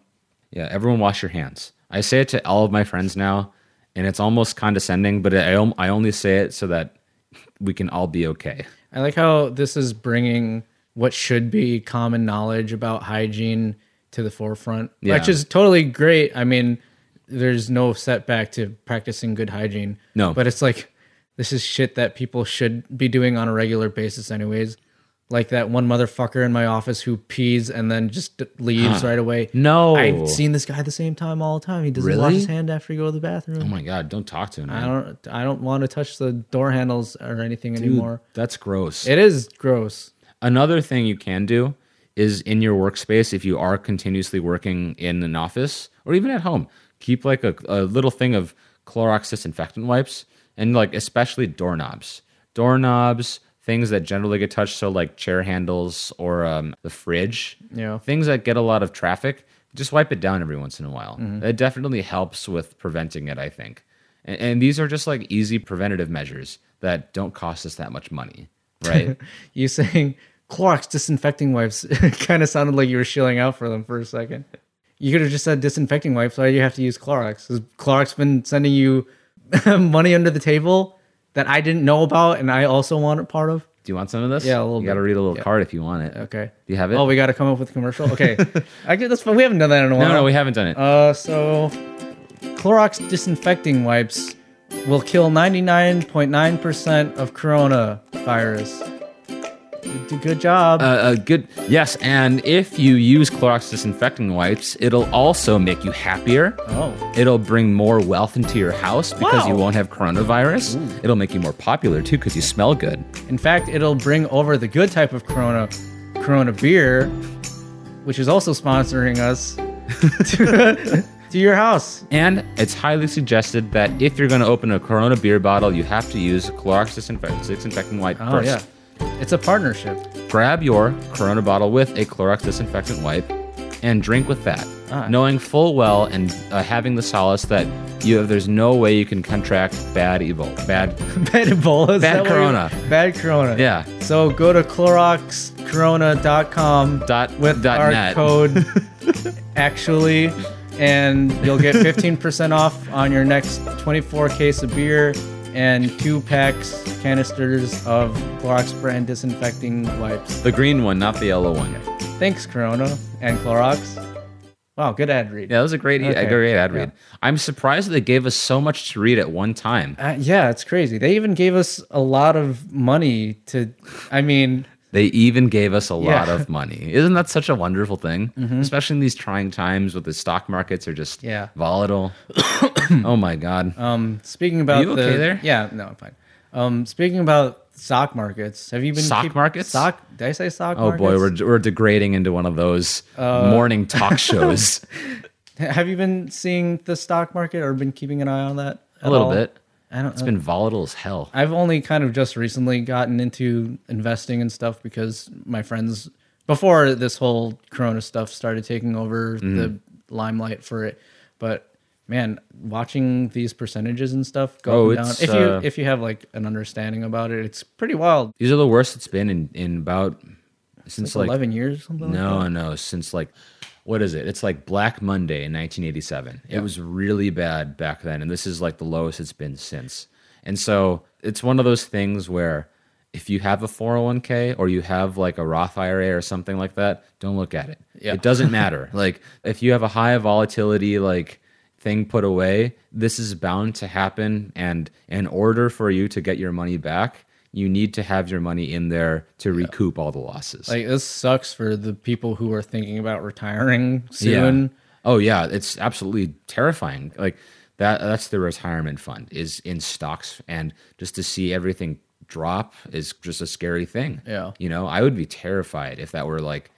[SPEAKER 1] yeah, everyone wash your hands. I say it to all of my friends now, and it's almost condescending, but I, om- I only say it so that we can all be okay.
[SPEAKER 2] I like how this is bringing what should be common knowledge about hygiene to the forefront,
[SPEAKER 1] Yeah.
[SPEAKER 2] which is totally great. I mean, there's no setback to practicing good hygiene.
[SPEAKER 1] No.
[SPEAKER 2] But it's like, this is shit that people should be doing on a regular basis, anyways. Like that one motherfucker in my office who pees and then just d- leaves right away.
[SPEAKER 1] No.
[SPEAKER 2] I've seen this guy the same time all the time. He doesn't wash
[SPEAKER 1] Really?
[SPEAKER 2] his hand after you go to the bathroom.
[SPEAKER 1] Oh my God, don't talk to him.
[SPEAKER 2] I
[SPEAKER 1] Man.
[SPEAKER 2] don't. I don't want to touch the door handles or anything anymore.
[SPEAKER 1] That's gross.
[SPEAKER 2] It is gross.
[SPEAKER 1] Another thing you can do is in your workspace, if you are continuously working in an office or even at home, keep like a, a little thing of Clorox disinfectant wipes and like especially doorknobs. Doorknobs, things that generally get touched, so like chair handles or um, the fridge,
[SPEAKER 2] Yeah.
[SPEAKER 1] things that get a lot of traffic, just wipe it down every once in a while. That definitely helps with preventing it, I think. And, and these are just like easy preventative measures that don't cost us that much money, right?
[SPEAKER 2] you saying Clorox disinfecting wipes kind of sounded like you were shilling out for them for a second. You could have just said disinfecting wipes. Why do you have to use Clorox? Has Clorox been sending you money under the table that I didn't know about and I also want a part of?
[SPEAKER 1] Do you want some of this?
[SPEAKER 2] Yeah, a little
[SPEAKER 1] You got to
[SPEAKER 2] bit.
[SPEAKER 1] read a little
[SPEAKER 2] Yeah.
[SPEAKER 1] card if you want it.
[SPEAKER 2] Okay.
[SPEAKER 1] Do you have it?
[SPEAKER 2] Oh, we got to come up with a commercial. Okay. I guess that's fine. We haven't done that in a while.
[SPEAKER 1] no, no, we haven't done it.
[SPEAKER 2] Uh, so Clorox disinfecting wipes will kill 99.9% of coronavirus. You did good job.
[SPEAKER 1] uh, uh, good. Yes, and if you use Clorox disinfecting wipes, it'll also make you happier.
[SPEAKER 2] oh.
[SPEAKER 1] It'll bring more wealth into your house because you
[SPEAKER 2] Wow.
[SPEAKER 1] won't have coronavirus. It'll make you more popular too because you smell good.
[SPEAKER 2] In fact, it'll bring over the good type of Corona, Corona beer, which is also sponsoring us, to, to your house.
[SPEAKER 1] And it's highly suggested that if you're going to open a Corona beer bottle, you have to use Clorox disinfect- disinfectant wipe
[SPEAKER 2] Oh
[SPEAKER 1] first.
[SPEAKER 2] yeah, it's a partnership.
[SPEAKER 1] Grab your Corona bottle with a Clorox disinfectant wipe and drink with that,
[SPEAKER 2] Ah.
[SPEAKER 1] knowing full well and uh, having the solace that you there's no way you can contract bad evil, bad
[SPEAKER 2] Bad Ebola. Is
[SPEAKER 1] Bad
[SPEAKER 2] that what you're-
[SPEAKER 1] Corona.
[SPEAKER 2] Bad Corona.
[SPEAKER 1] Yeah.
[SPEAKER 2] So go to CloroxCorona.com
[SPEAKER 1] Dot-
[SPEAKER 2] with
[SPEAKER 1] dot
[SPEAKER 2] our
[SPEAKER 1] net.
[SPEAKER 2] code actually, and you'll get 15% off on your next 24 case of beer and two packs canisters of Clorox brand disinfecting wipes.
[SPEAKER 1] the green one, not the yellow one.
[SPEAKER 2] Thanks, Corona and Clorox. Wow, good ad read.
[SPEAKER 1] Yeah, that was a great, e,
[SPEAKER 2] Okay.
[SPEAKER 1] a great ad read. I'm surprised that they gave us so much to read at one time.
[SPEAKER 2] Uh, yeah, it's crazy. They even gave us a lot of money to. I mean,
[SPEAKER 1] They even gave us a lot
[SPEAKER 2] Yeah. Mm-hmm.
[SPEAKER 1] of money. Isn't that such a wonderful thing? Especially in these trying times with the stock markets are just
[SPEAKER 2] Yeah.
[SPEAKER 1] volatile. oh my God.
[SPEAKER 2] Um, speaking about
[SPEAKER 1] you
[SPEAKER 2] the,
[SPEAKER 1] okay there?
[SPEAKER 2] Yeah, no, I'm fine. Um, speaking about stock markets, have you been
[SPEAKER 1] Sock markets?
[SPEAKER 2] Stock? Did I say stock?
[SPEAKER 1] oh boy, we're,
[SPEAKER 2] markets?
[SPEAKER 1] we're degrading into one of those morning talk shows
[SPEAKER 2] Have you been seeing the stock market or been keeping an eye on that?
[SPEAKER 1] a
[SPEAKER 2] at
[SPEAKER 1] little
[SPEAKER 2] all?
[SPEAKER 1] bit.
[SPEAKER 2] I don't.
[SPEAKER 1] It's been volatile as hell.
[SPEAKER 2] I've only kind of just recently gotten into investing and stuff because my friends before this whole corona stuff started taking over
[SPEAKER 1] Mm-hmm.
[SPEAKER 2] the limelight for it. But man, watching these percentages and stuff go
[SPEAKER 1] Oh,
[SPEAKER 2] up and down.
[SPEAKER 1] it's,
[SPEAKER 2] If you
[SPEAKER 1] uh,
[SPEAKER 2] if you have like an understanding about it, it's pretty wild.
[SPEAKER 1] These are the worst it's been in, in about since like,
[SPEAKER 2] 11 years or something like
[SPEAKER 1] no, no, since like, what is it? It's like Black Monday in 1987. It was really bad back then. And this is like the lowest it's been since. And so it's one of those things where if you have a 401k or you have like a Roth IRA or something like that, don't look at it.
[SPEAKER 2] Yeah.
[SPEAKER 1] It doesn't matter. like if you have a high volatility, like, thing put away this is bound to happen and in order for you to get your money back you need to have your money in there to recoup all the losses
[SPEAKER 2] Like this sucks for the people who are thinking about retiring soon.
[SPEAKER 1] Yeah. Oh yeah, it's absolutely terrifying. Like that that's the retirement fund is in stocks and just to see everything drop is just a scary thing.
[SPEAKER 2] Yeah.
[SPEAKER 1] You know, I would be terrified if that were like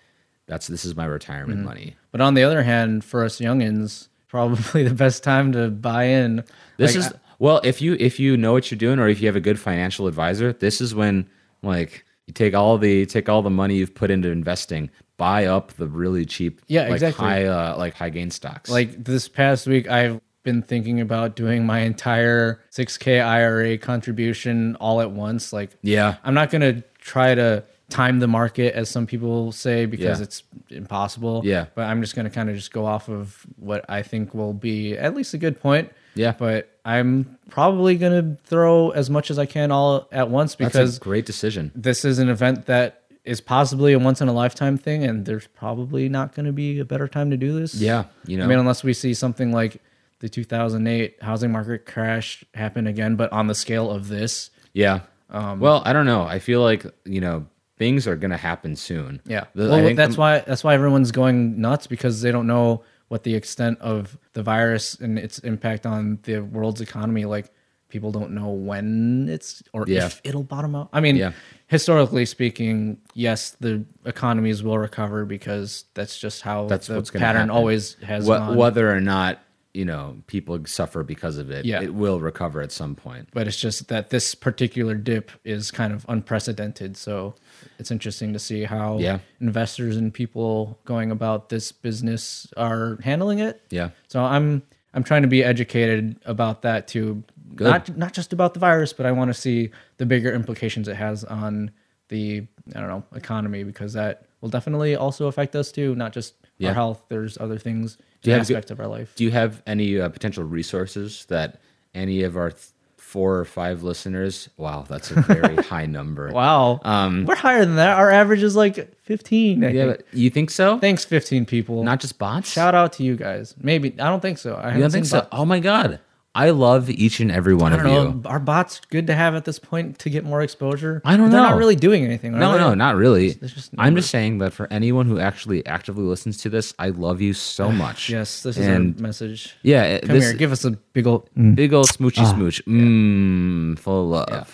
[SPEAKER 1] that's this is my retirement
[SPEAKER 2] Mm-hmm.
[SPEAKER 1] money.
[SPEAKER 2] But on the other hand, for us youngins, probably the best time to buy in.
[SPEAKER 1] This
[SPEAKER 2] Like,
[SPEAKER 1] is well, if you if you know what you're doing or if you have a good financial advisor, this is when like you take all the take all the money you've put into investing, buy up the really cheap
[SPEAKER 2] Yeah,
[SPEAKER 1] like
[SPEAKER 2] exactly.
[SPEAKER 1] high uh, like high gain stocks.
[SPEAKER 2] Like this past week, I've been thinking about doing my entire 6K IRA contribution all at once. Like,
[SPEAKER 1] yeah.
[SPEAKER 2] I'm not going to try to time the market as some people say because
[SPEAKER 1] Yeah.
[SPEAKER 2] it's impossible.
[SPEAKER 1] Yeah.
[SPEAKER 2] But I'm just going to kind of just go off of what I think will be at least a good point.
[SPEAKER 1] Yeah.
[SPEAKER 2] But I'm probably going to throw as much as I can all at once
[SPEAKER 1] That's
[SPEAKER 2] because
[SPEAKER 1] a great decision.
[SPEAKER 2] this is an event that is possibly a once in a lifetime thing, and there's probably not going to be a better time to do this.
[SPEAKER 1] Yeah, you know.
[SPEAKER 2] I mean, unless we see something like the 2008 housing market crash happen again, but on the scale of this.
[SPEAKER 1] Yeah.
[SPEAKER 2] Um,
[SPEAKER 1] well, I don't know. I feel like you know things are gonna happen soon.
[SPEAKER 2] Yeah.
[SPEAKER 1] The- I
[SPEAKER 2] well,
[SPEAKER 1] think
[SPEAKER 2] that's
[SPEAKER 1] the-
[SPEAKER 2] why that's why everyone's going nuts because they don't know what the extent of the virus and its impact on the world's economy. Like people don't know when it's or
[SPEAKER 1] Yeah.
[SPEAKER 2] if it'll bottom out. I mean,
[SPEAKER 1] Yeah.
[SPEAKER 2] historically speaking, yes, the economies will recover because that's just how
[SPEAKER 1] that's
[SPEAKER 2] the
[SPEAKER 1] what's gonna
[SPEAKER 2] pattern
[SPEAKER 1] happen.
[SPEAKER 2] always has
[SPEAKER 1] Wh-
[SPEAKER 2] gone.
[SPEAKER 1] Whether or not you know people suffer because of it,
[SPEAKER 2] Yeah.
[SPEAKER 1] it will recover at some point.
[SPEAKER 2] but it's just that this particular dip is kind of unprecedented. So it's interesting to see how
[SPEAKER 1] Yeah.
[SPEAKER 2] investors and people going about this business are handling it.
[SPEAKER 1] Yeah.
[SPEAKER 2] So I'm I'm trying to be educated about that too.
[SPEAKER 1] Good.
[SPEAKER 2] Not not just about the virus, but I want to see the bigger implications it has on the I don't know economy because that will definitely also affect us too. Not just
[SPEAKER 1] Yeah.
[SPEAKER 2] our health. There's other things,
[SPEAKER 1] Do you have good-
[SPEAKER 2] aspects of our life.
[SPEAKER 1] Do you have any uh, potential resources that any of our th- four or five listeners? Wow, that's a very high number.
[SPEAKER 2] wow,
[SPEAKER 1] Um,
[SPEAKER 2] we're higher than that. Our average is like 15. I
[SPEAKER 1] Yeah,
[SPEAKER 2] think.
[SPEAKER 1] but you think so?
[SPEAKER 2] Thanks, 15 people.
[SPEAKER 1] Not just bots.
[SPEAKER 2] shout out to you guys. Maybe I don't think so. I
[SPEAKER 1] you don't think so? Oh my god, I love each and every one
[SPEAKER 2] I
[SPEAKER 1] of
[SPEAKER 2] don't
[SPEAKER 1] you.
[SPEAKER 2] know. Um, Are bots good to have at this point to get more exposure?
[SPEAKER 1] I don't
[SPEAKER 2] They're
[SPEAKER 1] know.
[SPEAKER 2] not really doing anything. are
[SPEAKER 1] No,
[SPEAKER 2] they?
[SPEAKER 1] no, not really.
[SPEAKER 2] just
[SPEAKER 1] I'm just saying that for anyone who actually actively listens to this, I love you so much.
[SPEAKER 2] Yes, this is
[SPEAKER 1] and
[SPEAKER 2] a message.
[SPEAKER 1] yeah, it-
[SPEAKER 2] Come
[SPEAKER 1] this Mm.
[SPEAKER 2] here, give us a big old.
[SPEAKER 1] big old smoochy smooch, mmm, full of love.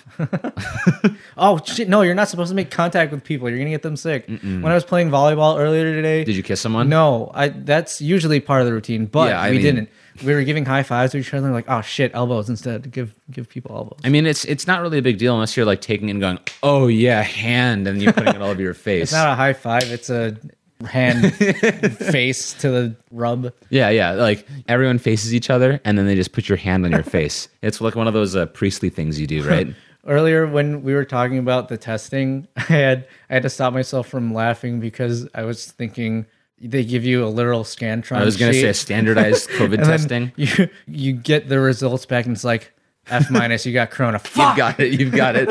[SPEAKER 2] oh shit, no, you're not supposed to make contact with people. You're gonna get them sick. When I was playing volleyball earlier today,
[SPEAKER 1] Did you kiss someone?
[SPEAKER 2] No, I. That's usually part of the routine, but
[SPEAKER 1] Yeah, I
[SPEAKER 2] we
[SPEAKER 1] mean-
[SPEAKER 2] didn't. We were giving high fives to each other, like, oh shit, elbows instead. Give give people elbows.
[SPEAKER 1] I mean, it's it's not really a big deal unless you're like taking it and going, oh yeah, hand, and you're putting it all over your face.
[SPEAKER 2] It's not a high five. It's a hand face to the rub.
[SPEAKER 1] yeah, yeah. Like everyone faces each other, and then they just put your hand on your face. It's like one of those uh, priestly things you do, right?
[SPEAKER 2] Earlier, when we were talking about the testing, I had I had to stop myself from laughing because I was thinking they give you a literal scantron.
[SPEAKER 1] I was gonna say
[SPEAKER 2] sheet,
[SPEAKER 1] a standardized COVID
[SPEAKER 2] and then
[SPEAKER 1] testing.
[SPEAKER 2] You you get the results back, and it's like F minus. You got corona. Fuck.
[SPEAKER 1] You've got it. You've got it.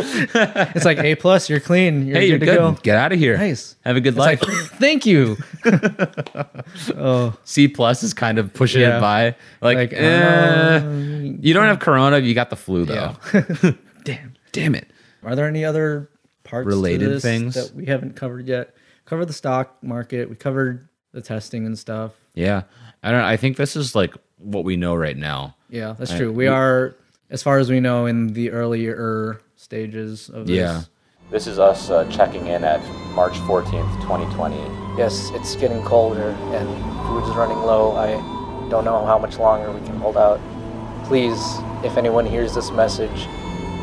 [SPEAKER 2] It's like A plus. You're clean. You're
[SPEAKER 1] hey,
[SPEAKER 2] good
[SPEAKER 1] you're
[SPEAKER 2] to
[SPEAKER 1] good.
[SPEAKER 2] go.
[SPEAKER 1] Get out of here.
[SPEAKER 2] Nice.
[SPEAKER 1] Have a good
[SPEAKER 2] It's like,
[SPEAKER 1] life.
[SPEAKER 2] thank you.
[SPEAKER 1] C plus is kind of pushing
[SPEAKER 2] Yeah.
[SPEAKER 1] it by. Like,
[SPEAKER 2] Like,
[SPEAKER 1] eh, you don't have corona. You got the flu though.
[SPEAKER 2] Damn.
[SPEAKER 1] Damn it.
[SPEAKER 2] Are there any other parts to
[SPEAKER 1] Related
[SPEAKER 2] this
[SPEAKER 1] things?
[SPEAKER 2] that we haven't covered yet? Covered the stock market. We covered the testing and stuff.
[SPEAKER 1] Yeah. I don't. I think this is like what we know right now.
[SPEAKER 2] Yeah, that's true. We are, as far as we know, in the earlier stages of this.
[SPEAKER 1] Yeah.
[SPEAKER 4] This is us uh, checking in at March 14th, 2020.
[SPEAKER 3] Yes, it's getting colder and food's running low. I don't know how much longer we can hold out. Please, if anyone hears this message,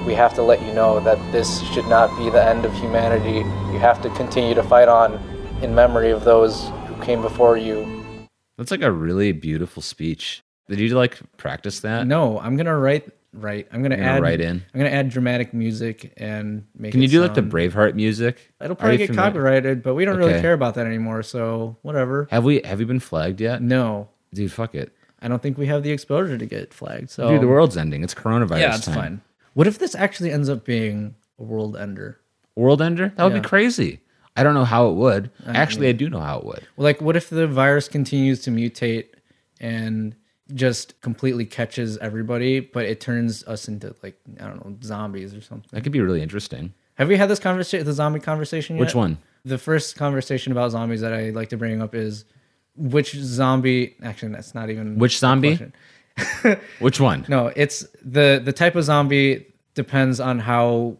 [SPEAKER 3] we have to let you know that this should not be the end of humanity. You have to continue to fight on in memory of those who came before you.
[SPEAKER 1] That's like a really beautiful speech. Did you like practice that?
[SPEAKER 2] No, I'm gonna write. Right. I'm gonna
[SPEAKER 1] You're gonna
[SPEAKER 2] add.
[SPEAKER 1] write in?
[SPEAKER 2] I'm gonna add dramatic music and make.
[SPEAKER 1] Can
[SPEAKER 2] it
[SPEAKER 1] you do like the
[SPEAKER 2] sound-
[SPEAKER 1] Braveheart music?
[SPEAKER 2] It'll
[SPEAKER 1] Are
[SPEAKER 2] probably
[SPEAKER 1] you
[SPEAKER 2] get
[SPEAKER 1] familiar-
[SPEAKER 2] copyrighted, but we don't really
[SPEAKER 1] Okay.
[SPEAKER 2] care about that anymore. So whatever.
[SPEAKER 1] Have we have we been flagged yet?
[SPEAKER 2] No,
[SPEAKER 1] Dude, fuck it.
[SPEAKER 2] I don't think we have the exposure to get flagged. So
[SPEAKER 1] Dude, the world's ending. It's coronavirus.
[SPEAKER 2] yeah, it's
[SPEAKER 1] time.
[SPEAKER 2] fine. What if this actually ends up being a world ender?
[SPEAKER 1] World ender? That would
[SPEAKER 2] Yeah.
[SPEAKER 1] be crazy. I don't know how it would. Actually, I do know how it would.
[SPEAKER 2] Like, what if the virus continues to mutate and just completely catches everybody, but it turns us into like I don't know zombies or something?
[SPEAKER 1] That could be really interesting.
[SPEAKER 2] Have we had this conversation, the zombie conversation? Yet?
[SPEAKER 1] Which one?
[SPEAKER 2] The first conversation about zombies that I like to bring up is which zombie. Actually, that's not even
[SPEAKER 1] Which
[SPEAKER 2] a
[SPEAKER 1] zombie?
[SPEAKER 2] question.
[SPEAKER 1] Which one?
[SPEAKER 2] No, it's the the type of zombie depends on how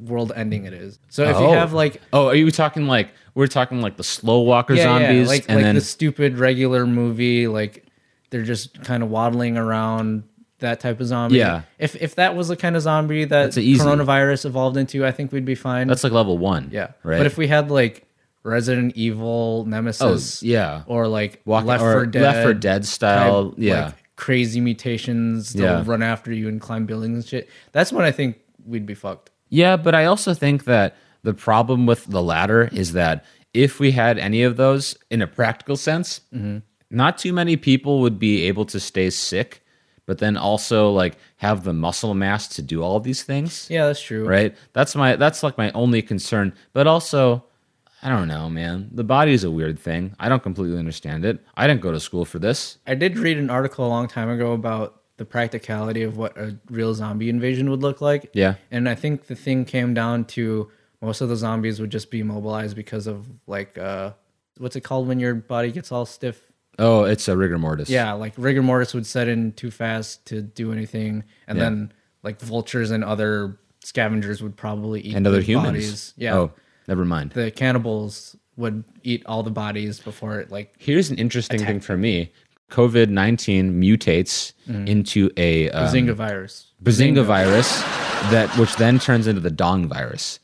[SPEAKER 2] world ending it is. So if you
[SPEAKER 1] Oh.
[SPEAKER 2] have like
[SPEAKER 1] Oh, are you talking like we're talking like the slow walker zombies
[SPEAKER 2] like
[SPEAKER 1] and
[SPEAKER 2] like
[SPEAKER 1] then
[SPEAKER 2] the stupid regular movie, like they're just kind of waddling around that type of zombie.
[SPEAKER 1] Yeah.
[SPEAKER 2] If if that was the kind of zombie that
[SPEAKER 1] That's a easy-
[SPEAKER 2] coronavirus evolved into, I think we'd be fine.
[SPEAKER 1] that's like level 1.
[SPEAKER 2] yeah.
[SPEAKER 1] Right.
[SPEAKER 2] But if we had like Resident Evil, Nemesis,
[SPEAKER 1] Oh, yeah.
[SPEAKER 2] or like
[SPEAKER 1] Walk-
[SPEAKER 2] Left
[SPEAKER 1] or
[SPEAKER 2] for Dead,
[SPEAKER 1] Left 4 Dead style,
[SPEAKER 2] type,
[SPEAKER 1] yeah.
[SPEAKER 2] like, crazy mutations, they'll
[SPEAKER 1] Yeah.
[SPEAKER 2] run after you and climb buildings and shit. That's when I think we'd be fucked.
[SPEAKER 1] Yeah, but I also think that the problem with the latter is that if we had any of those in a practical sense,
[SPEAKER 2] Mm-hmm.
[SPEAKER 1] not too many people would be able to stay sick, but then also like have the muscle mass to do all these things.
[SPEAKER 2] Yeah, that's true.
[SPEAKER 1] Right? That's my that's like my only concern. But also, I don't know, man. The body is a weird thing. I don't completely understand it. I didn't go to school for this.
[SPEAKER 2] I did read an article a long time ago about the practicality of what a real zombie invasion would look like.
[SPEAKER 1] Yeah.
[SPEAKER 2] And I think the thing came down to most of the zombies would just be mobilized because of like uh what's it called when your body gets all stiff?
[SPEAKER 1] Oh, it's a rigor mortis.
[SPEAKER 2] Yeah, like rigor mortis would set in too fast to do anything and
[SPEAKER 1] Yeah.
[SPEAKER 2] then like vultures and other scavengers would probably eat
[SPEAKER 1] And other
[SPEAKER 2] the
[SPEAKER 1] humans.
[SPEAKER 2] bodies. Yeah.
[SPEAKER 1] Oh, never mind.
[SPEAKER 2] The cannibals would eat all the bodies before it like
[SPEAKER 1] here's an interesting thing for me COVID 19 mutates
[SPEAKER 2] Mm-hmm.
[SPEAKER 1] into a um,
[SPEAKER 2] Zynga virus.
[SPEAKER 1] Bazinga virus, that which then turns into the Dong virus.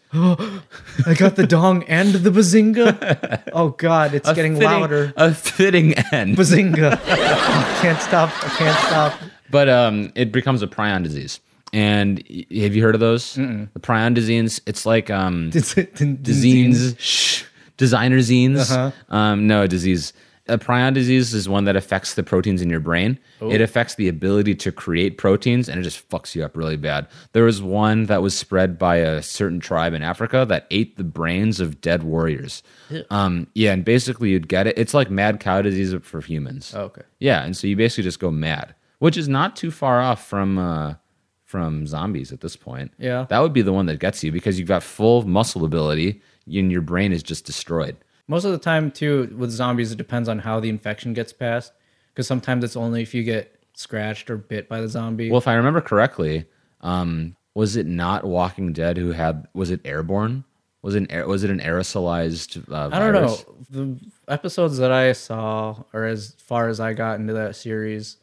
[SPEAKER 2] I got the dong and the bazinga. Oh God, it's
[SPEAKER 1] A
[SPEAKER 2] getting
[SPEAKER 1] fitting-
[SPEAKER 2] louder.
[SPEAKER 1] A fitting end.
[SPEAKER 2] Bazinga. I can't stop. I can't stop.
[SPEAKER 1] But um, it becomes a prion disease. And y- have you heard of those? The prion disease, it's like um,
[SPEAKER 2] It's
[SPEAKER 1] zines, shh, designer zines.
[SPEAKER 2] Uh-huh.
[SPEAKER 1] Um, no, a disease. A prion disease is one that affects the proteins in your brain.
[SPEAKER 2] Oh.
[SPEAKER 1] It affects the ability to create proteins, and it just fucks you up really bad. There was one that was spread by a certain tribe in Africa that ate the brains of dead warriors. Um, yeah, and basically you'd get it. It's like mad cow disease but for humans.
[SPEAKER 2] Oh, Okay.
[SPEAKER 1] Yeah, and so you basically just go mad, which is not too far off from uh, from zombies at this point.
[SPEAKER 2] Yeah.
[SPEAKER 1] that would be the one that gets you because you've got full muscle ability and your brain is just destroyed.
[SPEAKER 2] Most of the time, too, with zombies, it depends on how the infection gets passed. Because sometimes it's only if you get scratched or bit by the zombie.
[SPEAKER 1] Well, if I remember correctly, um, was it not Walking Dead who had was it airborne? Was it an air, was it an aerosolized uh,
[SPEAKER 2] I don't know.
[SPEAKER 1] virus?
[SPEAKER 2] The episodes that I saw, or as far as I got into that series,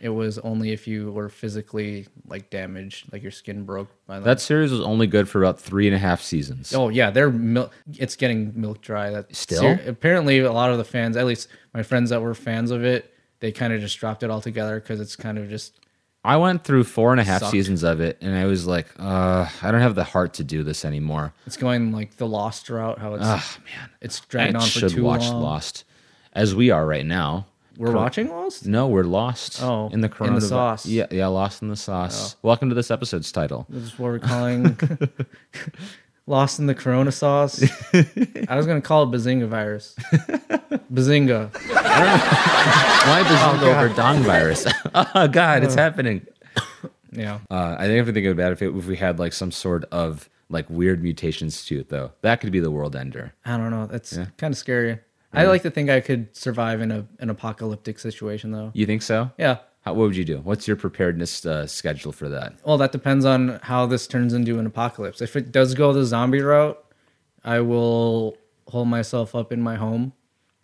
[SPEAKER 2] it was only if you were physically like damaged, like your skin broke by the-
[SPEAKER 1] That series was only good for about three and a half seasons.
[SPEAKER 2] Oh yeah, they're milk. It's getting milk dry. That
[SPEAKER 1] Still?
[SPEAKER 2] apparently a lot of the fans, at least my friends that were fans of it, they kind of just dropped it all together because it's kind of just
[SPEAKER 1] I went through four and a half
[SPEAKER 2] Sucked.
[SPEAKER 1] seasons of it, and I was like, uh, I don't have the heart to do this anymore.
[SPEAKER 2] it's going like the Lost route. How it's
[SPEAKER 1] Ugh, Ah, man,
[SPEAKER 2] it's dragged
[SPEAKER 1] I
[SPEAKER 2] on for
[SPEAKER 1] should
[SPEAKER 2] too
[SPEAKER 1] watch
[SPEAKER 2] long.
[SPEAKER 1] Lost, as we are right now.
[SPEAKER 2] We're watching Lost.
[SPEAKER 1] No, we're lost.
[SPEAKER 2] Oh,
[SPEAKER 1] in the
[SPEAKER 2] in
[SPEAKER 1] coronavirus.
[SPEAKER 2] the sauce. Oh.
[SPEAKER 1] Yeah, yeah, lost in the sauce. Welcome to this episode's title.
[SPEAKER 2] This is what we're calling Lost in the Corona Sauce. I was gonna call it Bazinga virus. Bazinga.
[SPEAKER 1] Why does it go over dong virus? oh God, it's happening.
[SPEAKER 2] Yeah.
[SPEAKER 1] Uh, I think if we think about it, if, if we had like some sort of like weird mutations to it, though, that could be the world ender.
[SPEAKER 2] I don't know. That's kind of scary. I like to think I could survive in a an apocalyptic situation though.
[SPEAKER 1] You think so?
[SPEAKER 2] Yeah.
[SPEAKER 1] How, what would you do? What's your preparedness uh, schedule for that?
[SPEAKER 2] Well, that depends on how this turns into an apocalypse. If it does go the zombie route, I will hold myself up in my home,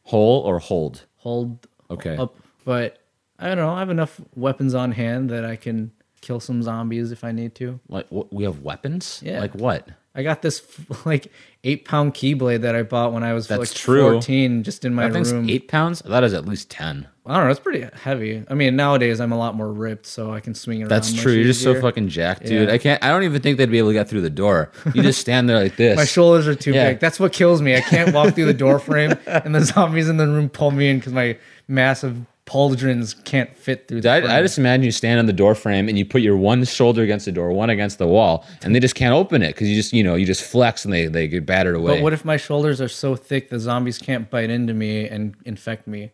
[SPEAKER 1] Hole or hold?
[SPEAKER 2] hold
[SPEAKER 1] Okay.
[SPEAKER 2] up. But I don't know. I have enough weapons on hand that I can kill some zombies if I need to.
[SPEAKER 1] Like wh- we have weapons?
[SPEAKER 2] Yeah.
[SPEAKER 1] Like what?
[SPEAKER 2] I got this f- like eight pound keyblade that I bought when I was
[SPEAKER 1] That's
[SPEAKER 2] like
[SPEAKER 1] true.
[SPEAKER 2] fourteen, just in my
[SPEAKER 1] That thing's
[SPEAKER 2] room.
[SPEAKER 1] eight pounds. That is at least ten.
[SPEAKER 2] I don't know. It's pretty heavy. I mean, nowadays I'm a lot more ripped, so I can swing it.
[SPEAKER 1] That's
[SPEAKER 2] around much
[SPEAKER 1] true. You're just so
[SPEAKER 2] Um, easier.
[SPEAKER 1] fucking jacked, dude.
[SPEAKER 2] Yeah.
[SPEAKER 1] I can't. I don't even think they'd be able to get through the door. You just stand there like this.
[SPEAKER 2] My shoulders are too
[SPEAKER 1] Yeah.
[SPEAKER 2] big. That's what kills me. I can't walk through the door frame, and the zombies in the room pull me in because my massive pauldrons can't fit through. The
[SPEAKER 1] I, I
[SPEAKER 2] frame.
[SPEAKER 1] just imagine you stand on the door frame and you put your one shoulder against the door, one against the wall, and they just can't open it because you just you know you just flex and they they get battered away.
[SPEAKER 2] But what if my shoulders are so thick the zombies can't bite into me and infect me?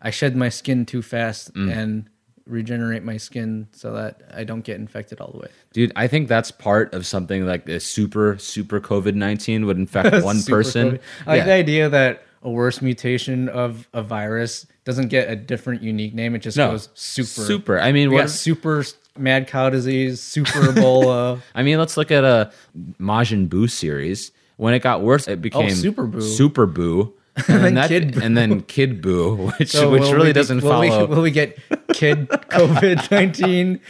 [SPEAKER 2] I shed my skin too fast
[SPEAKER 1] Mm.
[SPEAKER 2] and regenerate my skin so that I don't get infected all the way.
[SPEAKER 1] Dude, I think that's part of something like the super super COVID nineteen would infect one
[SPEAKER 2] Super
[SPEAKER 1] person.
[SPEAKER 2] COVID. I like
[SPEAKER 1] Yeah.
[SPEAKER 2] the idea that a worse mutation of a virus doesn't get a different unique name. It just
[SPEAKER 1] No.
[SPEAKER 2] goes super.
[SPEAKER 1] Super. I mean,
[SPEAKER 2] We
[SPEAKER 1] what?
[SPEAKER 2] got super mad cow disease, super Ebola.
[SPEAKER 1] I mean, let's look at a Majin Buu series. When it got worse, it became
[SPEAKER 2] Oh, Super Buu.
[SPEAKER 1] Super Buu, and,
[SPEAKER 2] then
[SPEAKER 1] then that,
[SPEAKER 2] Kid Buu.
[SPEAKER 1] and then Kid Buu, which
[SPEAKER 2] So
[SPEAKER 1] which
[SPEAKER 2] will we
[SPEAKER 1] really
[SPEAKER 2] be-
[SPEAKER 1] doesn't
[SPEAKER 2] will we-
[SPEAKER 1] follow.
[SPEAKER 2] will we get kid COVID nineteen,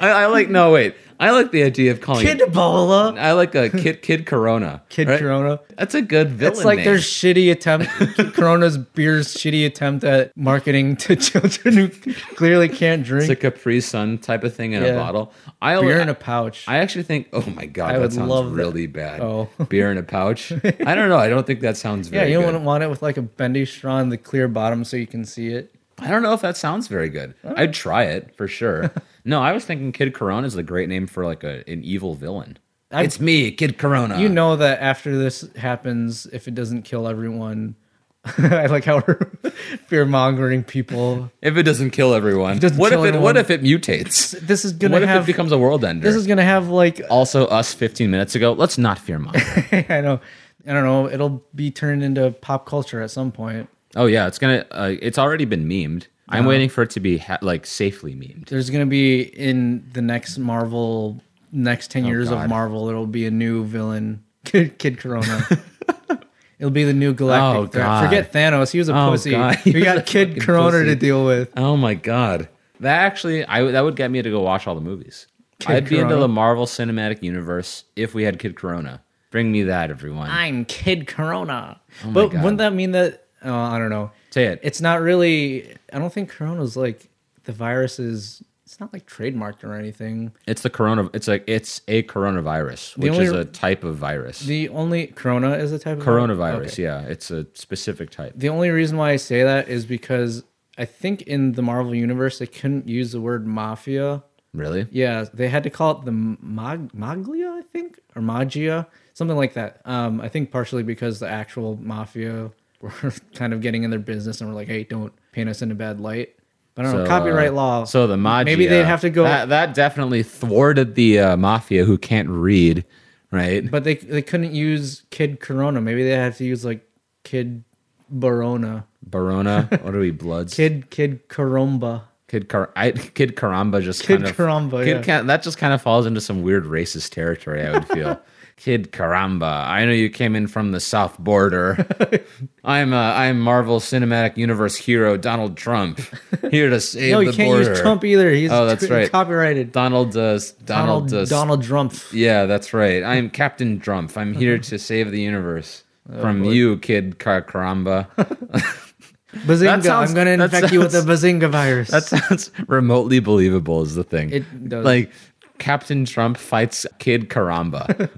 [SPEAKER 1] I, I like no wait. I like the idea of calling
[SPEAKER 2] kid
[SPEAKER 1] it.
[SPEAKER 2] Ebola?
[SPEAKER 1] I like a Kid Kid Corona.
[SPEAKER 2] Kid Corona.
[SPEAKER 1] That's a good villain.
[SPEAKER 2] It's like
[SPEAKER 1] name.
[SPEAKER 2] their shitty attempt, Corona's beer's shitty attempt at marketing to children who clearly can't drink
[SPEAKER 1] it's a Capri Sun type of thing in
[SPEAKER 2] Yeah.
[SPEAKER 1] a bottle. I
[SPEAKER 2] beer in a pouch.
[SPEAKER 1] I actually think. Oh my god,
[SPEAKER 2] I
[SPEAKER 1] that
[SPEAKER 2] would
[SPEAKER 1] sounds
[SPEAKER 2] love that.
[SPEAKER 1] really bad.
[SPEAKER 2] Oh.
[SPEAKER 1] beer in a pouch. I don't know. I don't think that sounds
[SPEAKER 2] yeah,
[SPEAKER 1] very.
[SPEAKER 2] you
[SPEAKER 1] good.
[SPEAKER 2] don't want it with like a bendy straw and the clear bottom so you can see it.
[SPEAKER 1] I don't know if that sounds very good.
[SPEAKER 2] Oh.
[SPEAKER 1] I'd try it for sure. no, I was thinking Kid Corona is a great name for like a an evil villain.
[SPEAKER 2] I-
[SPEAKER 1] it's me, Kid Corona.
[SPEAKER 2] You know that after this happens, if it doesn't kill everyone, I like how we're fear mongering people.
[SPEAKER 1] if it doesn't kill everyone,
[SPEAKER 2] doesn't
[SPEAKER 1] what
[SPEAKER 2] kill
[SPEAKER 1] if it?
[SPEAKER 2] everyone-
[SPEAKER 1] What if it mutates?
[SPEAKER 2] This is gonna
[SPEAKER 1] What if
[SPEAKER 2] have
[SPEAKER 1] it becomes a world ender?
[SPEAKER 2] this is gonna have like
[SPEAKER 1] also us 15 minutes ago. Let's not fear monger.
[SPEAKER 2] I know I don't know. It'll be turned into pop culture at some point.
[SPEAKER 1] oh yeah, it's gonna. Uh, it's already been memed.
[SPEAKER 2] Uh-huh.
[SPEAKER 1] I'm waiting for it to be ha- like safely memed.
[SPEAKER 2] There's gonna be in the next Marvel, next ten years
[SPEAKER 1] Oh, God.
[SPEAKER 2] of Marvel. It'll be a new villain, Kid, Kid Corona. it'll be the new Galactic.
[SPEAKER 1] Oh,
[SPEAKER 2] threat.
[SPEAKER 1] God.
[SPEAKER 2] Forget Thanos. He was a
[SPEAKER 1] Oh,
[SPEAKER 2] pussy.
[SPEAKER 1] God. He
[SPEAKER 2] We
[SPEAKER 1] was a
[SPEAKER 2] got Kid
[SPEAKER 1] fucking
[SPEAKER 2] Corona
[SPEAKER 1] pussy.
[SPEAKER 2] to deal with.
[SPEAKER 1] Oh my god, that actually, I that would get me to go watch all the movies.
[SPEAKER 2] Kid
[SPEAKER 1] I'd be into
[SPEAKER 2] Corona.
[SPEAKER 1] the Marvel Cinematic Universe if we had Kid Corona. Bring me that, everyone.
[SPEAKER 2] I'm Kid Corona.
[SPEAKER 1] Oh, my
[SPEAKER 2] but
[SPEAKER 1] God.
[SPEAKER 2] wouldn't that mean that? Oh, I don't know.
[SPEAKER 1] Say it.
[SPEAKER 2] It's not really. I don't think Corona's like the virus is. It's not like trademarked or anything.
[SPEAKER 1] It's the corona. It's like it's a coronavirus, which
[SPEAKER 2] only-
[SPEAKER 1] is a type of virus.
[SPEAKER 2] The only Corona is a type of
[SPEAKER 1] coronavirus.
[SPEAKER 2] Okay.
[SPEAKER 1] Yeah, it's a specific type.
[SPEAKER 2] The only reason why I say that is because I think in the Marvel universe they couldn't use the word mafia.
[SPEAKER 1] Really?
[SPEAKER 2] Yeah, they had to call it the Mag- Maglia, I think, or Magia, something like that. Um, I think partially because the actual mafia were kind of getting in their business and were like, "Hey, don't paint us in a bad light." But I don't know,
[SPEAKER 1] So,
[SPEAKER 2] copyright
[SPEAKER 1] uh,
[SPEAKER 2] law.
[SPEAKER 1] So the Magia.
[SPEAKER 2] Maybe they'd have to go.
[SPEAKER 1] That, that definitely thwarted the uh, mafia who can't read, right?
[SPEAKER 2] but they they couldn't use Kid Corona. Maybe they had to use like Kid Barona,
[SPEAKER 1] Barona. what are we? Bloods.
[SPEAKER 2] Kid Kid Coromba.
[SPEAKER 1] Kid Kar- I, Kid Karamba just
[SPEAKER 2] Kid
[SPEAKER 1] kind of
[SPEAKER 2] Karamba,
[SPEAKER 1] Kid
[SPEAKER 2] yeah.
[SPEAKER 1] Ka- that just kind of falls into some weird racist territory. I would feel. Kid Karamba, I know you came in from the south border. I'm uh, I'm Marvel Cinematic Universe hero Donald Trump here to save
[SPEAKER 2] No,
[SPEAKER 1] the
[SPEAKER 2] you can't
[SPEAKER 1] border.
[SPEAKER 2] use Trump either. He's
[SPEAKER 1] Oh, that's
[SPEAKER 2] tw-
[SPEAKER 1] right.
[SPEAKER 2] copyrighted.
[SPEAKER 1] Donald uh, s- Donald
[SPEAKER 2] Donald
[SPEAKER 1] uh,
[SPEAKER 2] Donald,
[SPEAKER 1] s-
[SPEAKER 2] Trump.
[SPEAKER 1] Yeah, that's right. I am Captain Trump. I'm here
[SPEAKER 2] Uh-huh.
[SPEAKER 1] to save the universe
[SPEAKER 2] Oh,
[SPEAKER 1] from you, Kid Kar- Karamba.
[SPEAKER 2] Bazinga!
[SPEAKER 1] sounds-
[SPEAKER 2] I'm going to
[SPEAKER 1] that
[SPEAKER 2] infect you with the Bazinga virus.
[SPEAKER 1] That sounds remotely believable. Is the thing
[SPEAKER 2] It does.
[SPEAKER 1] like Captain Trump fights Kid Karamba.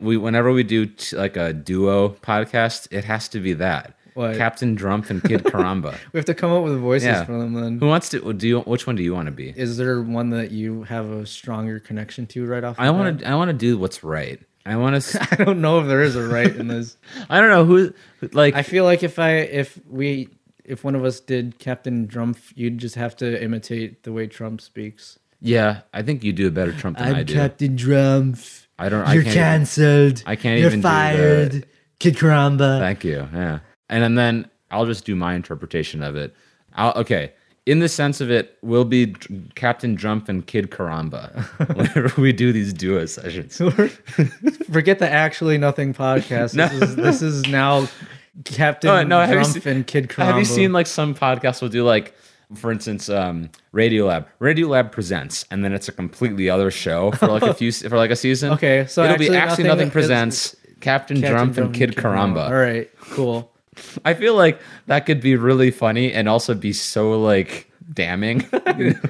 [SPEAKER 1] we whenever we do t- like a duo podcast, it has to be that
[SPEAKER 2] What?
[SPEAKER 1] Captain Trump and Kid Karamba.
[SPEAKER 2] we have to come up with voices
[SPEAKER 1] Yeah.
[SPEAKER 2] for them. Then
[SPEAKER 1] Who wants to do? You, which one do you want to be?
[SPEAKER 2] is there one that you have a stronger connection to right off?
[SPEAKER 1] I want to. I want to do what's right. I want to.
[SPEAKER 2] I don't know if there is a right in this.
[SPEAKER 1] I don't know who. Like
[SPEAKER 2] I feel like if I if we if one of us did Captain Trump, you'd just have to imitate the way Trump speaks.
[SPEAKER 1] yeah, I think you do a better Trump than i do.
[SPEAKER 2] Captain Trump.
[SPEAKER 1] I don't. I can't.
[SPEAKER 2] canceled.
[SPEAKER 1] I can't even do the-
[SPEAKER 2] Kid Karamba.
[SPEAKER 1] Thank you. Yeah. And, and then I'll just do my interpretation of it. I'll, okay. In the sense of it, will be Dr- Captain Jump and Kid Karamba whenever we do these duo sessions.
[SPEAKER 2] Forget the actually nothing podcast.
[SPEAKER 1] No.
[SPEAKER 2] This, is, this is now Captain
[SPEAKER 1] Oh, no, have you
[SPEAKER 2] Trump
[SPEAKER 1] seen-
[SPEAKER 2] and Kid Karamba.
[SPEAKER 1] Have you seen like some podcasts will do like, for instance, um, Radio Lab. Radio Lab presents, and then it's a completely other show for like a few for like a season.
[SPEAKER 2] Okay, so
[SPEAKER 1] it'll be
[SPEAKER 2] Actually
[SPEAKER 1] actually
[SPEAKER 2] Nothing
[SPEAKER 1] nothing,
[SPEAKER 2] is-
[SPEAKER 1] presents
[SPEAKER 2] Captain
[SPEAKER 1] Captain, Jump and Kid Karamba.
[SPEAKER 2] All right, cool.
[SPEAKER 1] I feel like that could be really funny and also be so like damning.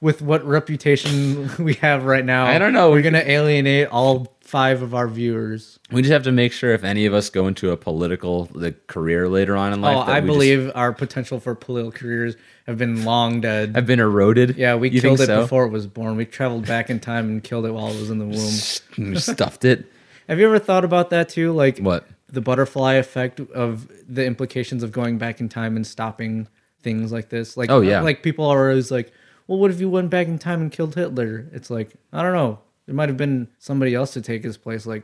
[SPEAKER 2] With what reputation we have right now,
[SPEAKER 1] I don't know.
[SPEAKER 2] We're gonna alienate all five of our viewers.
[SPEAKER 1] We just have to make sure if any of us go into a political like, career later on in life.
[SPEAKER 2] Oh,
[SPEAKER 1] that
[SPEAKER 2] I
[SPEAKER 1] we just
[SPEAKER 2] believe our potential for political careers have been long dead.
[SPEAKER 1] have been eroded.
[SPEAKER 2] yeah, we
[SPEAKER 1] You
[SPEAKER 2] killed it
[SPEAKER 1] think so?
[SPEAKER 2] before it was born. We traveled back in time and killed it while it was in the womb.
[SPEAKER 1] Mm, Stuffed it.
[SPEAKER 2] Have you ever thought about that too? Like
[SPEAKER 1] What?
[SPEAKER 2] the butterfly effect of the implications of going back in time and stopping things like this. Like
[SPEAKER 1] Oh, yeah.
[SPEAKER 2] like people are always like, well, what if you went back in time and killed Hitler? It's like I don't know. There might have been somebody else to take his place. Like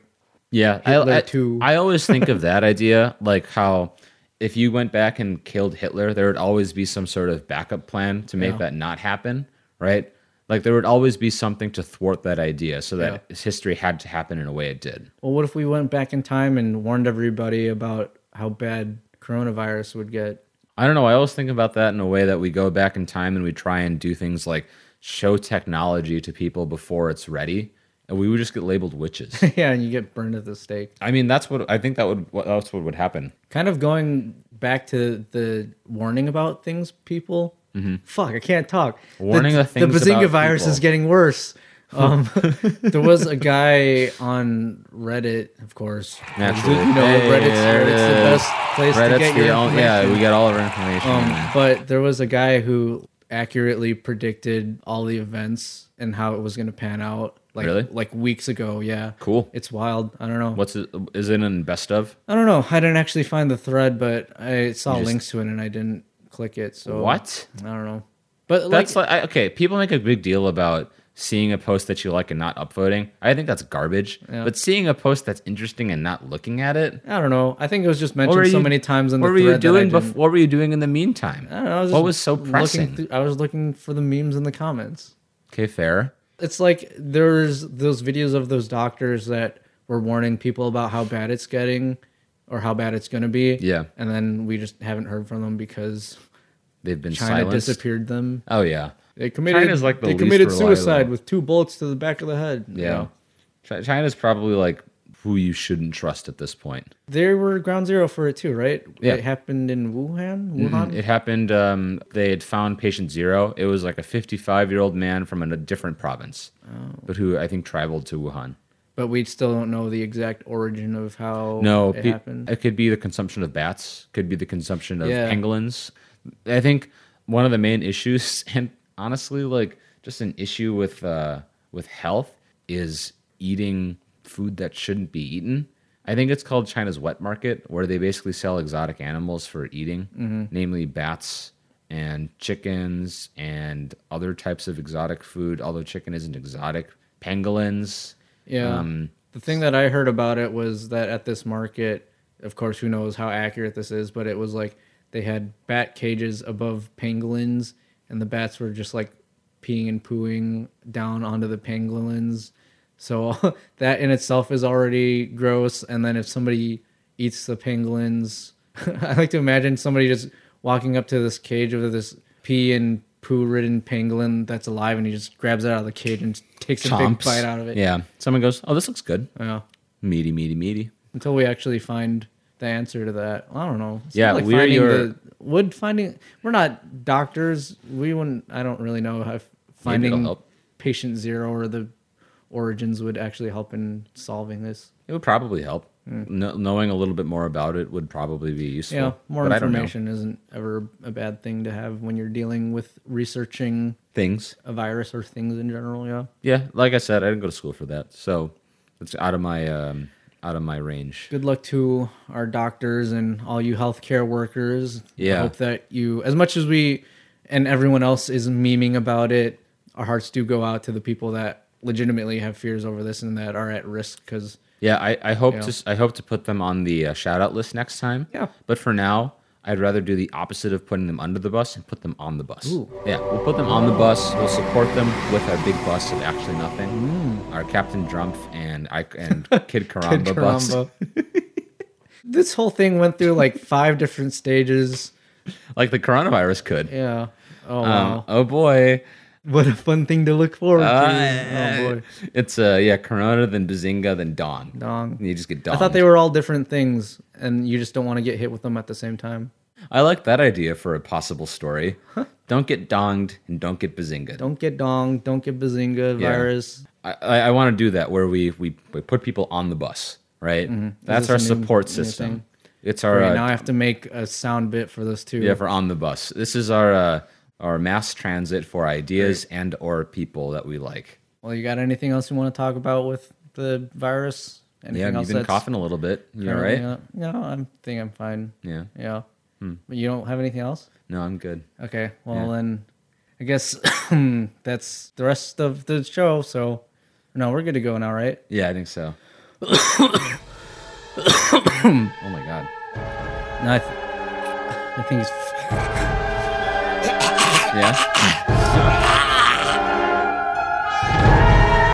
[SPEAKER 1] Yeah,
[SPEAKER 2] Hitler
[SPEAKER 1] I, I,
[SPEAKER 2] too.
[SPEAKER 1] I always think of that idea, like how if you went back and killed Hitler, there would always be some sort of backup plan to make
[SPEAKER 2] Yeah.
[SPEAKER 1] that not happen, right? Like there would always be something to thwart that idea, so that history had to happen in a way it did.
[SPEAKER 2] well, what if we went back in time and warned everybody about how bad coronavirus would get?
[SPEAKER 1] I don't know. I always think about that in a way that we go back in time and we try and do things like show technology to people before it's ready, and we would just get labeled witches.
[SPEAKER 2] yeah, and you get burned at the stake.
[SPEAKER 1] I mean, that's what I think that would what, that's what would happen.
[SPEAKER 2] Kind of going back to the warning about things, people. Fuck, I can't talk.
[SPEAKER 1] Mm-hmm. Warning
[SPEAKER 2] the,
[SPEAKER 1] of
[SPEAKER 2] The
[SPEAKER 1] things
[SPEAKER 2] Bazinga
[SPEAKER 1] about
[SPEAKER 2] virus
[SPEAKER 1] people.
[SPEAKER 2] is getting worse. Um, there was a guy on Reddit, of course.
[SPEAKER 1] Naturally.
[SPEAKER 2] You know,
[SPEAKER 1] Hey,
[SPEAKER 2] Reddit's,
[SPEAKER 1] there it
[SPEAKER 2] Reddit's the
[SPEAKER 1] is.
[SPEAKER 2] best place to get your
[SPEAKER 1] own-
[SPEAKER 2] information.
[SPEAKER 1] yeah. We got all of our information.
[SPEAKER 2] Um,
[SPEAKER 1] in.
[SPEAKER 2] but there was a guy who accurately predicted all the events and how it was going to pan out. Like,
[SPEAKER 1] Really?
[SPEAKER 2] Like weeks ago, yeah.
[SPEAKER 1] Cool.
[SPEAKER 2] It's wild. I don't know.
[SPEAKER 1] What's it, is it in best of?
[SPEAKER 2] I don't know. I didn't actually find the thread, but I saw
[SPEAKER 1] just-
[SPEAKER 2] links to it and I didn't click it. So
[SPEAKER 1] What?
[SPEAKER 2] I don't know. But Oh. like,
[SPEAKER 1] That's like, I, okay. People make a big deal about seeing a post that you like and not upvoting. I think that's garbage. But seeing a post that's interesting and not looking at it.
[SPEAKER 2] I don't know. I think it was just mentioned so many times in the
[SPEAKER 1] what
[SPEAKER 2] thread.
[SPEAKER 1] were you
[SPEAKER 2] that I
[SPEAKER 1] doing?
[SPEAKER 2] didn't-
[SPEAKER 1] Bef- what were you doing in the meantime?
[SPEAKER 2] I don't know. I was
[SPEAKER 1] what
[SPEAKER 2] just
[SPEAKER 1] was so
[SPEAKER 2] looking
[SPEAKER 1] pressing?
[SPEAKER 2] through- I was looking for the memes in the comments.
[SPEAKER 1] okay, fair.
[SPEAKER 2] It's like there's those videos of those doctors that were warning people about how bad it's getting or how bad it's going to be.
[SPEAKER 1] Yeah.
[SPEAKER 2] And then we just haven't heard from them because
[SPEAKER 1] They've been
[SPEAKER 2] China
[SPEAKER 1] silenced.
[SPEAKER 2] disappeared them.
[SPEAKER 1] Oh yeah,
[SPEAKER 2] They committed
[SPEAKER 1] China's like the
[SPEAKER 2] they
[SPEAKER 1] least
[SPEAKER 2] committed
[SPEAKER 1] reliable.
[SPEAKER 2] suicide with two bullets to the back of the head. you
[SPEAKER 1] yeah.
[SPEAKER 2] know?
[SPEAKER 1] Chi- China's probably like who you shouldn't trust at this point.
[SPEAKER 2] They were ground zero for it too, right?
[SPEAKER 1] Yeah. Mm-hmm.
[SPEAKER 2] It happened in Wuhan. Wuhan.
[SPEAKER 1] It happened. Um, they had found patient zero. It was like a 55 year old man from a different province,
[SPEAKER 2] Oh.
[SPEAKER 1] but who I think traveled to Wuhan.
[SPEAKER 2] But we still don't know the exact origin of how
[SPEAKER 1] No,
[SPEAKER 2] it
[SPEAKER 1] pe-
[SPEAKER 2] happened.
[SPEAKER 1] it could be the consumption of bats, could be the consumption of
[SPEAKER 2] Yeah.
[SPEAKER 1] pangolins. I think one of the main issues, and honestly, like just an issue with uh, with health, is eating food that shouldn't be eaten. I think it's called China's wet market, where they basically sell exotic animals for eating,
[SPEAKER 2] Mm-hmm.
[SPEAKER 1] namely bats and chickens and other types of exotic food. Although chicken isn't exotic, pangolins.
[SPEAKER 2] Yeah.
[SPEAKER 1] um,
[SPEAKER 2] the thing that I heard about it was that at this market, of course, who knows how accurate this is, but it was like they had bat cages above pangolins and the bats were just like peeing and pooing down onto the pangolins. So that in itself is already gross. And then if somebody eats the pangolins, I like to imagine somebody just walking up to this cage of this pee and poo ridden pangolin that's alive and he just grabs it out of the cage and takes a big
[SPEAKER 1] Chomps.
[SPEAKER 2] bite out of it.
[SPEAKER 1] Yeah. Someone goes, "Oh, this looks good."
[SPEAKER 2] Yeah.
[SPEAKER 1] Meaty, meaty, meaty.
[SPEAKER 2] Until we actually find the answer to that. I don't know. It's
[SPEAKER 1] Yeah,
[SPEAKER 2] not
[SPEAKER 1] we're
[SPEAKER 2] finding
[SPEAKER 1] your-
[SPEAKER 2] the would finding we're not doctors. We wouldn't I don't really know if finding
[SPEAKER 1] help.
[SPEAKER 2] patient zero or the origins would actually help in solving this.
[SPEAKER 1] It would probably help. Kno- knowing a little bit more about it would probably be useful.
[SPEAKER 2] Hmm. Yeah, more
[SPEAKER 1] but I don't know.
[SPEAKER 2] information isn't ever a bad thing to have when you're dealing with researching
[SPEAKER 1] Things.
[SPEAKER 2] a virus or things in general, yeah.
[SPEAKER 1] Yeah, like I said, I didn't go to school for that, so it's out of my um, out of my range.
[SPEAKER 2] good luck to our doctors and all you healthcare workers.
[SPEAKER 1] Yeah.
[SPEAKER 2] I hope that you, as much as we and everyone else is memeing about it, our hearts do go out to the people that legitimately have fears over this and that are at risk because
[SPEAKER 1] Yeah, I, I hope
[SPEAKER 2] Yeah.
[SPEAKER 1] to s- I hope to put them on the uh, shout out list next time.
[SPEAKER 2] Yeah.
[SPEAKER 1] But for now, I'd rather do the opposite of putting them under the bus and put them on the bus.
[SPEAKER 2] Ooh.
[SPEAKER 1] Yeah, we'll put them on the bus. We'll support them with our big bus of actually nothing,
[SPEAKER 2] Mm.
[SPEAKER 1] our Captain Drumpf and I and Kid Karamba bus.
[SPEAKER 2] this whole thing went through like five different stages.
[SPEAKER 1] like the coronavirus could.
[SPEAKER 2] Yeah. Oh,
[SPEAKER 1] Um,
[SPEAKER 2] wow.
[SPEAKER 1] oh boy.
[SPEAKER 2] What a fun thing to look forward to. Oh,
[SPEAKER 1] Uh,
[SPEAKER 2] boy.
[SPEAKER 1] It's uh yeah, Corona, then Bazinga, then Dawn.
[SPEAKER 2] Dong.
[SPEAKER 1] You just get Dawn.
[SPEAKER 2] I thought they were all different things and you just don't want to get hit with them at the same time.
[SPEAKER 1] I like that idea for a possible story. Don't get donged and don't get bazinga.
[SPEAKER 2] Don't get dong. Don't get bazinga
[SPEAKER 1] Yeah.
[SPEAKER 2] virus.
[SPEAKER 1] I, I, I want to do that where we, we, we put people on the bus, right? That's
[SPEAKER 2] Mm-hmm. this
[SPEAKER 1] our
[SPEAKER 2] a new-
[SPEAKER 1] support
[SPEAKER 2] new
[SPEAKER 1] system.
[SPEAKER 2] thing?
[SPEAKER 1] It's our
[SPEAKER 2] Wait,
[SPEAKER 1] uh,
[SPEAKER 2] now I have to make a sound bit for this too.
[SPEAKER 1] yeah for on the bus. This is our uh, our mass transit for ideas and or people that we like.
[SPEAKER 2] Well, you got anything else you want to talk about with the virus? Anything
[SPEAKER 1] yeah,
[SPEAKER 2] else
[SPEAKER 1] you've been
[SPEAKER 2] that's
[SPEAKER 1] coughing a little bit. You all
[SPEAKER 2] currently
[SPEAKER 1] right?
[SPEAKER 2] up? No, I think I'm fine.
[SPEAKER 1] Yeah.
[SPEAKER 2] Yeah. But you don't have anything else?
[SPEAKER 1] No, I'm good.
[SPEAKER 2] Okay. Well,
[SPEAKER 1] Hmm. Yeah.
[SPEAKER 2] then I guess that's the rest of the show. So, no, we're good to go now, right?
[SPEAKER 1] Yeah, I think so. oh my god.
[SPEAKER 2] No, I, th- I think it's.
[SPEAKER 1] Yeah.